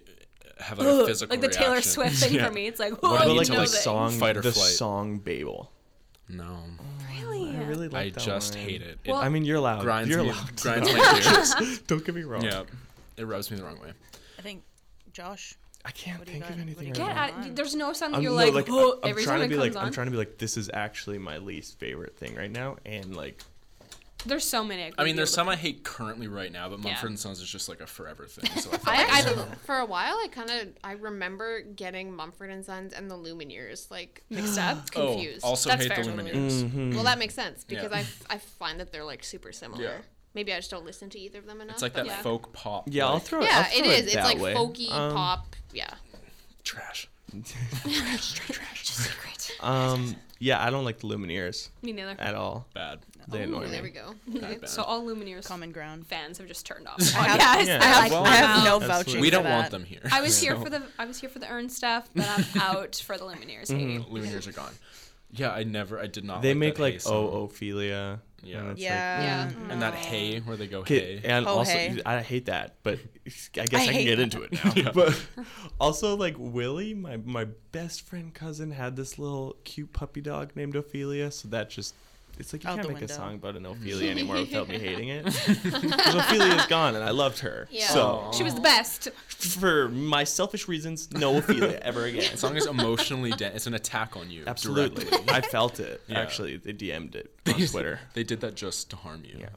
Speaker 1: have like, a
Speaker 3: Ugh,
Speaker 1: physical
Speaker 3: like the Taylor
Speaker 1: reaction.
Speaker 3: Swift thing
Speaker 1: Yeah.
Speaker 3: for me. It's like,
Speaker 1: I
Speaker 2: What
Speaker 3: oh,
Speaker 2: about
Speaker 1: need
Speaker 3: you
Speaker 2: like
Speaker 1: to,
Speaker 3: know
Speaker 2: the
Speaker 1: like,
Speaker 3: that.
Speaker 2: song
Speaker 1: Fight or
Speaker 2: the
Speaker 1: flight.
Speaker 2: song Babel?
Speaker 1: No,
Speaker 3: Really?
Speaker 2: I really like
Speaker 1: I
Speaker 2: that
Speaker 1: just
Speaker 2: one.
Speaker 1: hate it. It
Speaker 3: Well-
Speaker 2: I mean, you're loud.
Speaker 1: grinds
Speaker 2: you're
Speaker 1: me.
Speaker 2: loud.
Speaker 1: Grinds my gears.
Speaker 2: Don't get me wrong.
Speaker 1: Yeah, it rubs me the wrong way.
Speaker 5: I think Josh.
Speaker 2: I can't
Speaker 5: do you
Speaker 2: think
Speaker 5: got?
Speaker 2: of
Speaker 5: What do
Speaker 2: anything.
Speaker 5: you
Speaker 2: right
Speaker 3: Get
Speaker 2: now.
Speaker 3: out! There's no song that
Speaker 2: I'm,
Speaker 3: you're
Speaker 2: no,
Speaker 3: like,
Speaker 2: I-
Speaker 3: oh,
Speaker 2: I'm
Speaker 3: every
Speaker 2: trying
Speaker 3: time
Speaker 2: to
Speaker 3: it
Speaker 2: be
Speaker 3: comes
Speaker 2: like
Speaker 3: on.
Speaker 2: I'm trying to be like this is actually my least favorite thing right now, and like
Speaker 3: There's so many. could
Speaker 1: I mean,
Speaker 3: be
Speaker 1: there's
Speaker 3: able
Speaker 1: some
Speaker 3: to
Speaker 1: I hate currently right now, but Mumford and Sons is just like a forever thing. So I,
Speaker 4: I
Speaker 1: thought,
Speaker 4: actually, for a while, I kind of I remember getting Mumford and Sons and the Lumineers like mixed up,
Speaker 1: oh,
Speaker 4: confused.
Speaker 1: also
Speaker 3: That's
Speaker 1: hate
Speaker 3: fair.
Speaker 1: the Lumineers.
Speaker 2: Mm-hmm.
Speaker 5: Mm-hmm.
Speaker 4: Well, that makes sense because
Speaker 1: Yeah.
Speaker 4: I, I find that they're like super similar.
Speaker 1: Yeah.
Speaker 4: Maybe I just don't listen to either of them enough.
Speaker 1: It's like
Speaker 4: but
Speaker 1: that
Speaker 4: yeah.
Speaker 1: folk pop.
Speaker 2: yeah, I'll
Speaker 1: like,
Speaker 2: throw it. I'll
Speaker 4: Yeah, it
Speaker 2: throw
Speaker 4: is. It's
Speaker 2: that
Speaker 4: like
Speaker 2: way.
Speaker 5: Um,
Speaker 4: folky
Speaker 2: Um,
Speaker 4: pop. Yeah.
Speaker 1: trash.
Speaker 3: Secret.
Speaker 2: Um, yeah, I don't like the Lumineers
Speaker 3: Me neither.
Speaker 2: at all.
Speaker 1: Bad.
Speaker 2: They annoy
Speaker 4: There we
Speaker 2: me.
Speaker 4: go.
Speaker 1: Bad, bad.
Speaker 3: So all Lumineers
Speaker 5: Common ground.
Speaker 3: fans have just turned off.
Speaker 5: have-
Speaker 3: Yes,
Speaker 2: yeah,
Speaker 5: I,
Speaker 2: I
Speaker 5: like,
Speaker 2: well,
Speaker 5: I have no
Speaker 2: absolutely.
Speaker 5: vouching.
Speaker 1: We
Speaker 5: for
Speaker 1: don't
Speaker 5: that.
Speaker 1: want them here.
Speaker 3: I was here
Speaker 1: So-
Speaker 3: for the I was here for the Earn stuff, but I'm out for the Lumineers.
Speaker 2: Mm.
Speaker 3: hate.
Speaker 1: Lumineers are gone. Yeah, I never. I did not.
Speaker 2: They
Speaker 1: like
Speaker 2: make
Speaker 1: that
Speaker 2: like
Speaker 1: hay song.
Speaker 2: Oh Ophelia.
Speaker 1: Yeah.
Speaker 2: and it's
Speaker 5: Yeah. Mm-hmm.
Speaker 3: Yeah.
Speaker 1: and that hay where they go
Speaker 2: Like,
Speaker 1: hay.
Speaker 2: and
Speaker 5: Oh,
Speaker 2: also,
Speaker 5: hey.
Speaker 2: I hate that, but I guess I, can
Speaker 5: hate
Speaker 2: get
Speaker 5: that.
Speaker 2: into it now.
Speaker 1: Yeah.
Speaker 2: But also, like Willie, my my best friend cousin had this little cute puppy dog named Ophelia, so that just. It's like you
Speaker 5: Out
Speaker 2: can't
Speaker 5: the
Speaker 2: make
Speaker 5: window.
Speaker 2: a song about an Ophelia anymore without me hating it. Because Ophelia's gone and I loved her.
Speaker 4: Yeah.
Speaker 2: So,
Speaker 3: She was the best.
Speaker 2: for my selfish reasons, no Ophelia ever again.
Speaker 1: That song is emotionally dense. It's an attack on you.
Speaker 2: Absolutely.
Speaker 1: directly.
Speaker 2: I felt it.
Speaker 1: Yeah.
Speaker 2: Actually, they DM'd it on Twitter.
Speaker 1: They did that just to harm you.
Speaker 2: Yeah.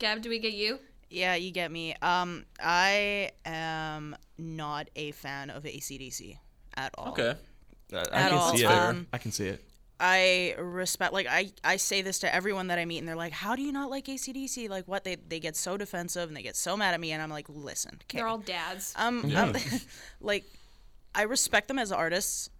Speaker 3: Gab, do we get you?
Speaker 5: Yeah, you get me. Um, I am not a fan of ACDC at all.
Speaker 1: Okay.
Speaker 2: I, I
Speaker 5: At
Speaker 2: can
Speaker 5: all.
Speaker 2: see it.
Speaker 5: Um,
Speaker 2: I can see it.
Speaker 5: I respect, like, I, I say this to everyone that I meet, and they're like, How do you not like ACDC? Like, what? They, they get so defensive and they get so mad at me, and I'm like, Listen, 'kay."
Speaker 3: They're all dads.
Speaker 5: Um, um, like, I respect them as artists.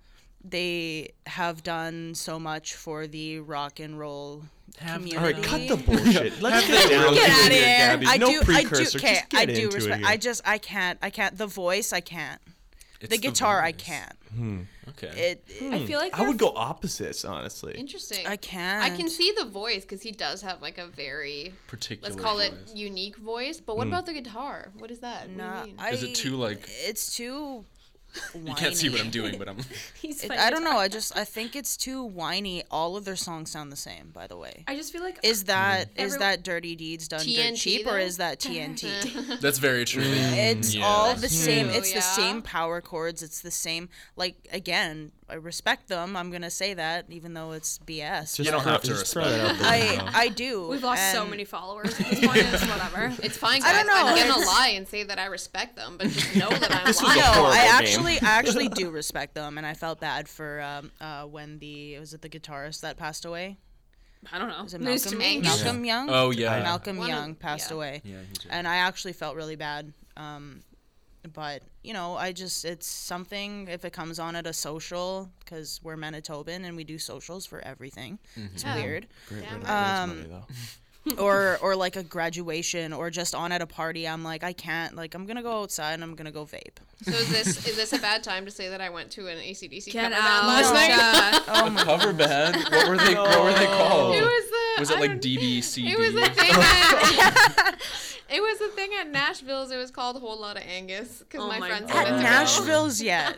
Speaker 5: They have done so much for the rock and roll community.
Speaker 2: All right, cut the bullshit. Let's get down
Speaker 5: Get
Speaker 2: to
Speaker 5: out of
Speaker 2: it,
Speaker 5: here.
Speaker 2: Gabby.
Speaker 5: I
Speaker 2: no
Speaker 5: do. I do.
Speaker 2: precursor.
Speaker 5: Okay.
Speaker 2: Just get
Speaker 5: I do
Speaker 2: into
Speaker 5: respect.
Speaker 2: It
Speaker 5: I
Speaker 2: here.
Speaker 5: just. I can't. I can't. The voice. I can't.
Speaker 1: It's
Speaker 5: the guitar. I
Speaker 1: voice.
Speaker 5: can't.
Speaker 1: Okay.
Speaker 5: It. it-
Speaker 3: I feel like
Speaker 2: I
Speaker 3: they're-
Speaker 2: would go opposites, honestly.
Speaker 4: Interesting.
Speaker 5: I can't.
Speaker 4: I can see the voice because he does have like a very
Speaker 1: Particular.
Speaker 4: let's call it
Speaker 1: voice.
Speaker 4: unique voice. But what about the guitar? What is that? What do you
Speaker 5: Hmm. Nah,
Speaker 4: mean?
Speaker 5: I,
Speaker 1: Is it too like?
Speaker 5: It's too. Whiny.
Speaker 1: You can't see what I'm doing, but I'm.
Speaker 3: he's
Speaker 5: It-
Speaker 3: funny.
Speaker 5: I don't know. I just. I think it's too whiny. All of their songs sound the same. By the way.
Speaker 3: I just feel like
Speaker 1: Mm.
Speaker 5: Is that is
Speaker 3: Every-
Speaker 5: that Dirty Deeds done dirt
Speaker 4: TNT
Speaker 5: cheap or
Speaker 4: though?
Speaker 5: is that TNT?
Speaker 1: That's very true.
Speaker 5: it's
Speaker 1: Mm, Yeah.
Speaker 5: all
Speaker 3: Oh,
Speaker 5: the same.
Speaker 4: true,
Speaker 5: It's the
Speaker 4: yeah.
Speaker 5: same power chords. It's the same. Like again, I respect them. I'm gonna say that even though it's
Speaker 2: Just
Speaker 5: BS. but-
Speaker 1: don't
Speaker 2: throw-
Speaker 1: have to
Speaker 2: just throw
Speaker 1: respect
Speaker 2: that out there.
Speaker 5: I I do.
Speaker 3: we've lost so
Speaker 5: and-
Speaker 3: many followers at this point. It's whatever.
Speaker 4: It's fine.
Speaker 5: I
Speaker 4: Guys. I
Speaker 5: don't know,
Speaker 4: am gonna
Speaker 5: it's-
Speaker 4: lie and say that I respect them, but just know that I'm
Speaker 5: No,
Speaker 4: lying.
Speaker 5: I
Speaker 2: name.
Speaker 5: actually I actually do respect them, and I felt bad for um, uh, when the was it the guitarist that passed away?
Speaker 3: I don't know.
Speaker 5: Was it
Speaker 3: News
Speaker 5: Malcolm,
Speaker 3: to me.
Speaker 5: Malcolm Young?
Speaker 1: Oh yeah.
Speaker 5: Malcolm
Speaker 4: One of-
Speaker 5: Young passed
Speaker 4: yeah.
Speaker 5: away,
Speaker 1: Yeah, he did.
Speaker 5: and I actually felt really bad. Um, but you know, I just it's something if it comes on at a social because we're Manitoban and we do socials for everything.
Speaker 1: Mm-hmm.
Speaker 5: It's
Speaker 4: Yeah.
Speaker 5: weird. Um,
Speaker 2: Great way to raise money, though.
Speaker 5: or or like a graduation or just on at a party i'm like i can't like i'm gonna go outside and i'm gonna go vape
Speaker 4: So is this is this a bad time to say that I went to an ACDC
Speaker 3: Get
Speaker 4: cover band
Speaker 3: out.
Speaker 4: last night?
Speaker 5: oh my
Speaker 1: Cover band. What were they? What were they called?
Speaker 4: It was the
Speaker 1: Was it
Speaker 4: I
Speaker 1: like
Speaker 4: don't-
Speaker 1: DBCD?
Speaker 4: It was the thing. At, it was the thing at Nashville's. It was called Whole Lot of Angus because
Speaker 3: Oh
Speaker 4: my,
Speaker 3: my
Speaker 4: friends
Speaker 3: God.
Speaker 4: said
Speaker 5: at
Speaker 4: it's a-
Speaker 5: nashville's yet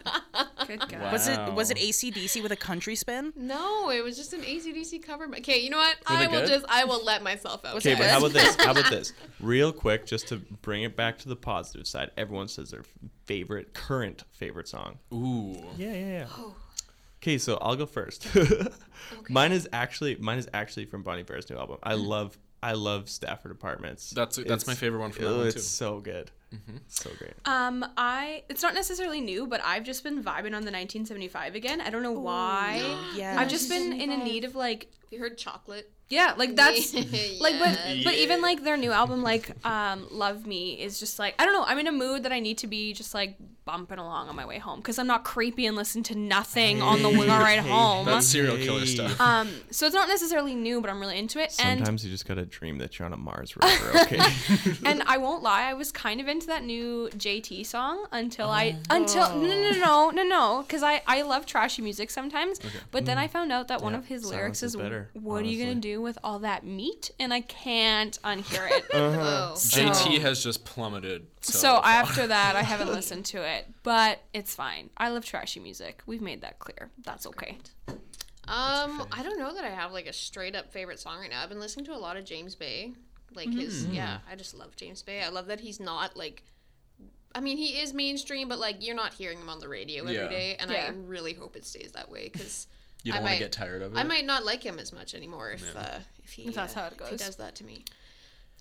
Speaker 3: Good God.
Speaker 5: was it was it
Speaker 1: Wow.
Speaker 5: acdc with a country spin
Speaker 4: No, it was just an ACDC cover. ba- Okay, you know what?
Speaker 1: Were they
Speaker 4: I will
Speaker 1: good?
Speaker 4: just I will let myself out.
Speaker 5: Was
Speaker 2: Okay,
Speaker 5: it
Speaker 2: but
Speaker 5: good?
Speaker 2: how about this? How about this? Real quick, just to bring it back to the positive side, everyone says their favorite, current favorite song.
Speaker 1: Ooh.
Speaker 2: Yeah, yeah, yeah. Okay, so I'll go first. Mine is actually mine is actually from Bonnie Bear's new album. I
Speaker 5: Hmm.
Speaker 2: love I love Stafford Apartments.
Speaker 1: That's- that's my favorite one from that
Speaker 2: oh,
Speaker 1: one,
Speaker 2: It's
Speaker 1: too. Mm-hmm.
Speaker 2: so good. So great.
Speaker 3: Um, I it's not necessarily new, but I've just been vibing on the 1975 again. I don't know why.
Speaker 5: yeah
Speaker 3: I've just been in a need of like
Speaker 4: You heard chocolate?
Speaker 3: yeah, like that's like but
Speaker 4: Yes.
Speaker 3: but even like their new album like um Love Me is just like I don't know, I'm in a mood that I need to be just like bumping along on my way home cuz I'm not creepy and listen to nothing on the way ride home.
Speaker 1: That's serial killer
Speaker 2: Hey.
Speaker 1: stuff.
Speaker 3: um so it's not necessarily new, but I'm really into it and
Speaker 2: Sometimes you just gotta dream that you're on a Mars rover. Okay.
Speaker 3: and I won't lie, I was kind of into that new JT song until I until no no no no no no because I I love trashy music sometimes, but then I found out that one
Speaker 2: Yeah,
Speaker 3: of his
Speaker 2: silence
Speaker 3: lyrics
Speaker 2: is
Speaker 3: is,
Speaker 2: better,
Speaker 3: "What are you gonna
Speaker 2: honestly."
Speaker 3: do with all that meat?" and I can't unhear it.
Speaker 2: Uh,
Speaker 4: Oh.
Speaker 1: JT has just plummeted. So,
Speaker 3: so
Speaker 1: far.
Speaker 3: after that, I haven't listened to it, but it's fine. I love trashy music. We've made that clear. That's okay.
Speaker 4: Um, I don't know that I have like a straight up favorite song right now. I've been listening to a lot of James Bay. Like his
Speaker 1: Mm.
Speaker 4: yeah, I just love James Bay. I love that he's not like I mean, he is mainstream, but like you're not hearing him on the radio every day,
Speaker 1: Yeah.
Speaker 4: and
Speaker 3: Yeah.
Speaker 4: I really hope it stays that way cuz
Speaker 1: you
Speaker 4: I
Speaker 1: don't want
Speaker 4: might-
Speaker 1: to get tired of it.
Speaker 4: I might not like him as much anymore if uh, if he
Speaker 3: that's
Speaker 4: uh,
Speaker 3: how it
Speaker 4: if he
Speaker 3: goes.
Speaker 4: does that to me.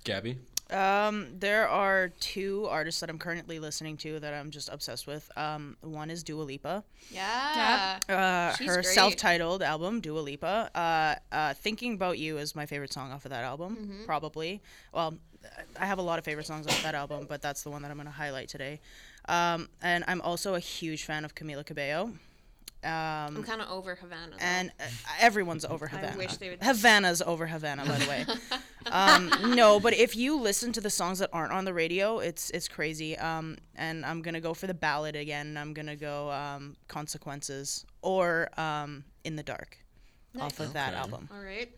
Speaker 1: Gabby.
Speaker 5: um there are two artists that i'm currently listening to that i'm just obsessed with um one is dua lipa
Speaker 4: Yeah.
Speaker 1: Um,
Speaker 5: uh,
Speaker 4: She's
Speaker 5: her
Speaker 4: great.
Speaker 5: self-titled album Dua Lipa. Uh, uh, Thinking About You is my favorite song off of that album,
Speaker 4: Mm-hmm.
Speaker 5: probably. Well, I have a lot of favorite songs off that album, but that's the one that I'm going to highlight today. Um, and I'm also a huge fan of Camila Cabello.
Speaker 4: I'm
Speaker 5: Um,
Speaker 4: kind of over Havana. though.
Speaker 5: and uh, everyone's over Havana.
Speaker 4: wish they would-
Speaker 5: Havana's over Havana, by the way. um, no, but if you listen to the songs that aren't on the radio, it's it's crazy. Um, and I'm gonna go for the ballad again. I'm gonna go um, consequences or um, in the dark, off of that
Speaker 1: Okay.
Speaker 5: album.
Speaker 4: All right.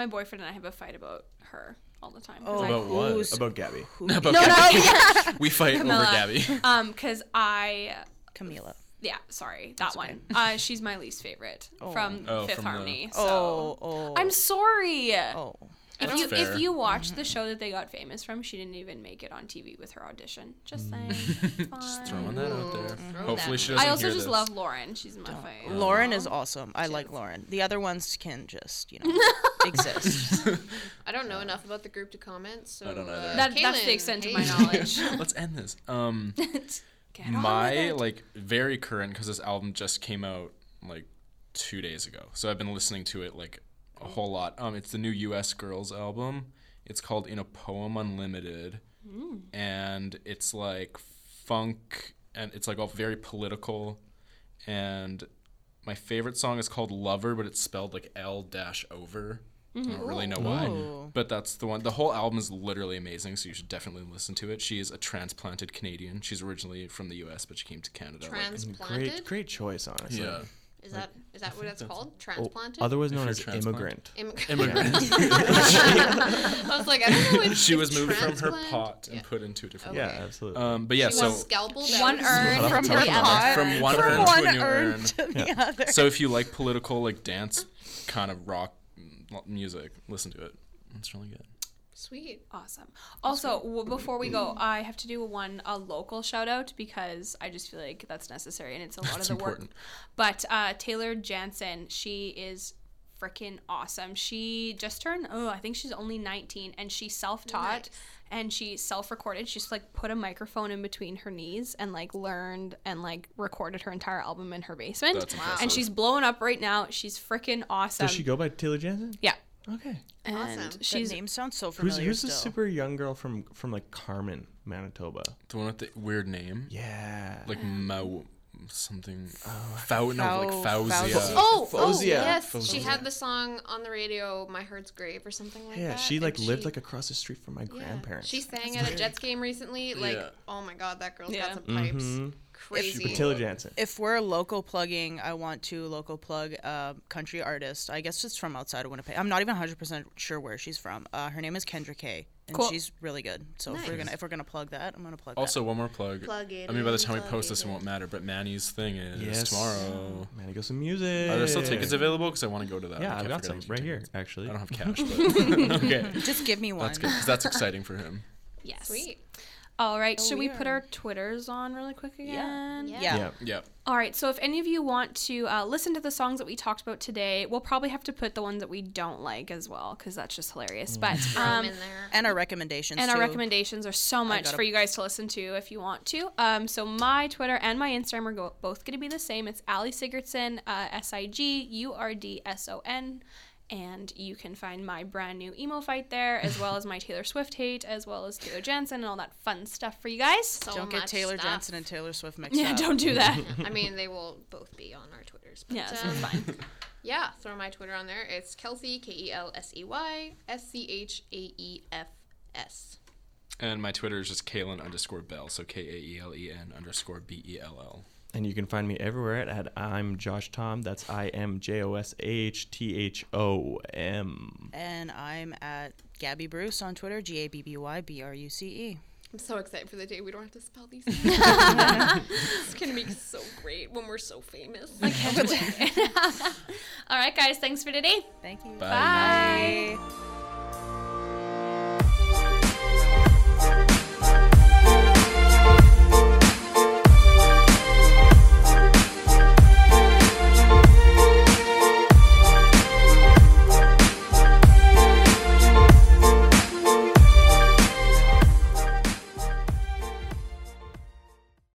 Speaker 3: My boyfriend and I have a fight about her all the time. 'cause
Speaker 5: Oh,
Speaker 3: I-
Speaker 1: About what?
Speaker 5: who's-
Speaker 2: About Gabby.
Speaker 1: About
Speaker 3: no,
Speaker 1: Gabby.
Speaker 3: no, yeah.
Speaker 1: We fight over
Speaker 3: Camilla.
Speaker 1: Gabby.
Speaker 3: Um, because I,
Speaker 5: Camila.
Speaker 3: yeah, sorry, that one. Uh, she's my least favorite from
Speaker 1: Oh,
Speaker 3: Fifth
Speaker 1: from the-
Speaker 3: Harmony.
Speaker 5: Oh,
Speaker 3: So
Speaker 5: oh,
Speaker 3: I'm sorry.
Speaker 5: oh.
Speaker 3: If
Speaker 1: That's
Speaker 3: you,
Speaker 1: fair.
Speaker 3: if you watch the show that they got famous from, she didn't even make it on TV with her audition. Just saying. It's fine.
Speaker 1: Mm. Throwing that out
Speaker 3: Mm-hmm.
Speaker 1: there.
Speaker 4: Throw
Speaker 1: Hopefully
Speaker 4: that.
Speaker 1: she doesn't
Speaker 3: I also
Speaker 1: hear
Speaker 3: just
Speaker 1: this.
Speaker 3: love Lauren. She's my favorite.
Speaker 5: Lauren is awesome. I like Lauren. The other ones can just, you know, exist.
Speaker 4: I don't know enough about the group to comment. So
Speaker 1: I don't
Speaker 4: uh,
Speaker 1: either.
Speaker 3: That, that's
Speaker 4: Kaylin,
Speaker 3: the extent of
Speaker 4: hey.
Speaker 3: my knowledge.
Speaker 1: Let's end this. Um,
Speaker 3: Get on with
Speaker 1: my
Speaker 3: it.
Speaker 1: like very current because this album just came out like two days ago, so I've been listening to it like a
Speaker 3: Mm.
Speaker 1: whole lot. Um, it's the new U.S. Girls album. It's called In a Poem Unlimited,
Speaker 3: Mm.
Speaker 1: and it's like funk and it's like all very political. And my favorite song is called Lover, but it's spelled like L dash over. I don't really know why,
Speaker 5: Mm-hmm. Ooh.
Speaker 1: but that's the one. The whole album is literally amazing, so you should definitely listen to it. She is a transplanted Canadian. She's originally from the U.S., but she came to Canada. like-
Speaker 4: Transplanted?
Speaker 2: Great, great choice, honestly.
Speaker 1: yeah,
Speaker 4: Is that is that what that's called?
Speaker 2: Oh,
Speaker 4: Transplanted?
Speaker 2: otherwise
Speaker 1: If
Speaker 2: known
Speaker 1: you're
Speaker 2: as
Speaker 1: transplanted.
Speaker 2: immigrant.
Speaker 4: Immig-
Speaker 1: immigrant.
Speaker 4: I was like, I don't know. If
Speaker 1: she
Speaker 4: if
Speaker 1: was moved from her
Speaker 4: transplant-
Speaker 1: pot and put into a different.
Speaker 2: Yeah, absolutely.
Speaker 1: Um, but yeah,
Speaker 4: She
Speaker 1: so
Speaker 4: was scalpeled.
Speaker 3: one urn from her
Speaker 1: pot.
Speaker 3: pot.
Speaker 1: From one urn to a new urn.
Speaker 5: to the other.
Speaker 1: So if you like political, like dance, kind of rock mm, music, listen to it. It's really good.
Speaker 4: Sweet.
Speaker 3: Awesome. Also, w- before we go, I have to do one a local shout out because I just feel like that's necessary and it's a lot
Speaker 1: That's
Speaker 3: of the
Speaker 1: important.
Speaker 3: work. But uh, Taylor Jansen, she is freaking awesome. She just turned oh, I think she's only 19 and she self-taught and she self-recorded. She just like put a microphone in between her knees and like learned and like recorded her entire album in her basement.
Speaker 1: That's Wow.
Speaker 3: And she's blowing up right now. She's freaking awesome.
Speaker 2: Does she go by Taylor Jansen?
Speaker 3: yeah.
Speaker 2: Okay.
Speaker 3: And
Speaker 4: Awesome.
Speaker 5: She's,
Speaker 3: she's
Speaker 5: name sounds so
Speaker 2: Who's,
Speaker 5: familiar.
Speaker 2: who's the
Speaker 5: still.
Speaker 2: super young girl from from like Carmen, Manitoba?
Speaker 1: The one with the weird name,
Speaker 2: Yeah.
Speaker 1: like Mau something,
Speaker 2: oh,
Speaker 1: Fountain of like
Speaker 5: Fau-
Speaker 1: Fauzia.
Speaker 5: Fauzia.
Speaker 4: Oh, oh
Speaker 2: uh, Fozia.
Speaker 4: yes, she
Speaker 2: Fozia.
Speaker 4: had the song on the radio, "My Heart's Grave" or something like that.
Speaker 2: yeah, she like
Speaker 4: and
Speaker 2: lived
Speaker 4: she-
Speaker 2: like across the street from my
Speaker 4: yeah.
Speaker 2: grandparents.
Speaker 4: She sang at a Jets game recently. Like,
Speaker 1: Yeah.
Speaker 4: oh my God, that girl's
Speaker 3: Yeah.
Speaker 4: got some pipes.
Speaker 2: Mhm.
Speaker 4: Crazy.
Speaker 2: But Taylor Jansen.
Speaker 5: If we're local plugging, I want to local plug a country artist. I guess it's from outside of Winnipeg. I'm not even 100% sure where she's from. Uh, her name is Kendra Kay, and
Speaker 3: Cool.
Speaker 5: she's really good. So if we're
Speaker 4: Nice.
Speaker 5: gonna if we're gonna plug that, I'm gonna plug
Speaker 1: Also, one more plug.
Speaker 4: Plug it
Speaker 1: I mean, by the
Speaker 4: in,
Speaker 1: time we
Speaker 4: plug
Speaker 1: post
Speaker 4: it
Speaker 1: this, it
Speaker 4: in.
Speaker 1: won't matter. But Manny's thing is
Speaker 2: Yes.
Speaker 1: tomorrow.
Speaker 2: Man, go some music.
Speaker 1: Are there still tickets available? Because I want to go to that. I
Speaker 2: Yeah, I've
Speaker 1: can't
Speaker 2: got
Speaker 1: forget I
Speaker 2: some
Speaker 1: keep
Speaker 2: right
Speaker 1: doing
Speaker 2: here,
Speaker 1: this. I
Speaker 2: actually.
Speaker 1: don't have cash, but okay,
Speaker 5: that. Just give me one.
Speaker 1: that's good. 'cause that's exciting for him.
Speaker 3: yes.
Speaker 4: Sweet.
Speaker 3: All right, should we
Speaker 5: we
Speaker 3: put
Speaker 5: are-
Speaker 3: our Twitters on really quick again?
Speaker 4: Yeah.
Speaker 5: Yeah.
Speaker 2: Yeah.
Speaker 1: Yep.
Speaker 3: All right, so if any of you want to uh, listen to the songs that we talked about today, we'll probably have to put the ones that we don't like as well because that's just hilarious. But
Speaker 4: I'm
Speaker 3: um,
Speaker 4: in there.
Speaker 5: And our recommendations.
Speaker 3: and our
Speaker 5: too.
Speaker 3: recommendations are so much
Speaker 5: gotta-
Speaker 3: for you guys to listen to if you want to. Um, so my Twitter and my Instagram are go- both going to be the same. It's Ali Sigurdson, uh, S I G U R D S O N. And you can find my brand new emo fight there, as well as my Taylor Swift hate, as well as Taylor Jansen, and all that fun stuff for you guys.
Speaker 4: So
Speaker 5: Don't get
Speaker 4: much
Speaker 5: Taylor
Speaker 4: stuff.
Speaker 5: Johnson and Taylor Swift mixed
Speaker 3: Yeah,
Speaker 5: up.
Speaker 3: don't do that.
Speaker 4: I mean, they will both be on our Twitters. But,
Speaker 3: Yeah, it's
Speaker 4: um,
Speaker 3: fine.
Speaker 4: Yeah, throw my Twitter on there. It's Kelsey, K E L S E Y S C H A E F S.
Speaker 1: And my Twitter is just Kalen underscore Bell, so K A E L E N underscore B E L L.
Speaker 2: And you can find me everywhere at, at I'm Josh Tom. That's I M J O S H T H O M.
Speaker 5: And I'm at Gabby Bruce on Twitter, G A B B Y B R U C E.
Speaker 4: I'm so excited for the day we don't have to spell these things. it's going to be so great when we're so famous.
Speaker 3: All right, guys, thanks for today.
Speaker 5: Thank you.
Speaker 1: Bye.
Speaker 3: Bye.
Speaker 5: Bye.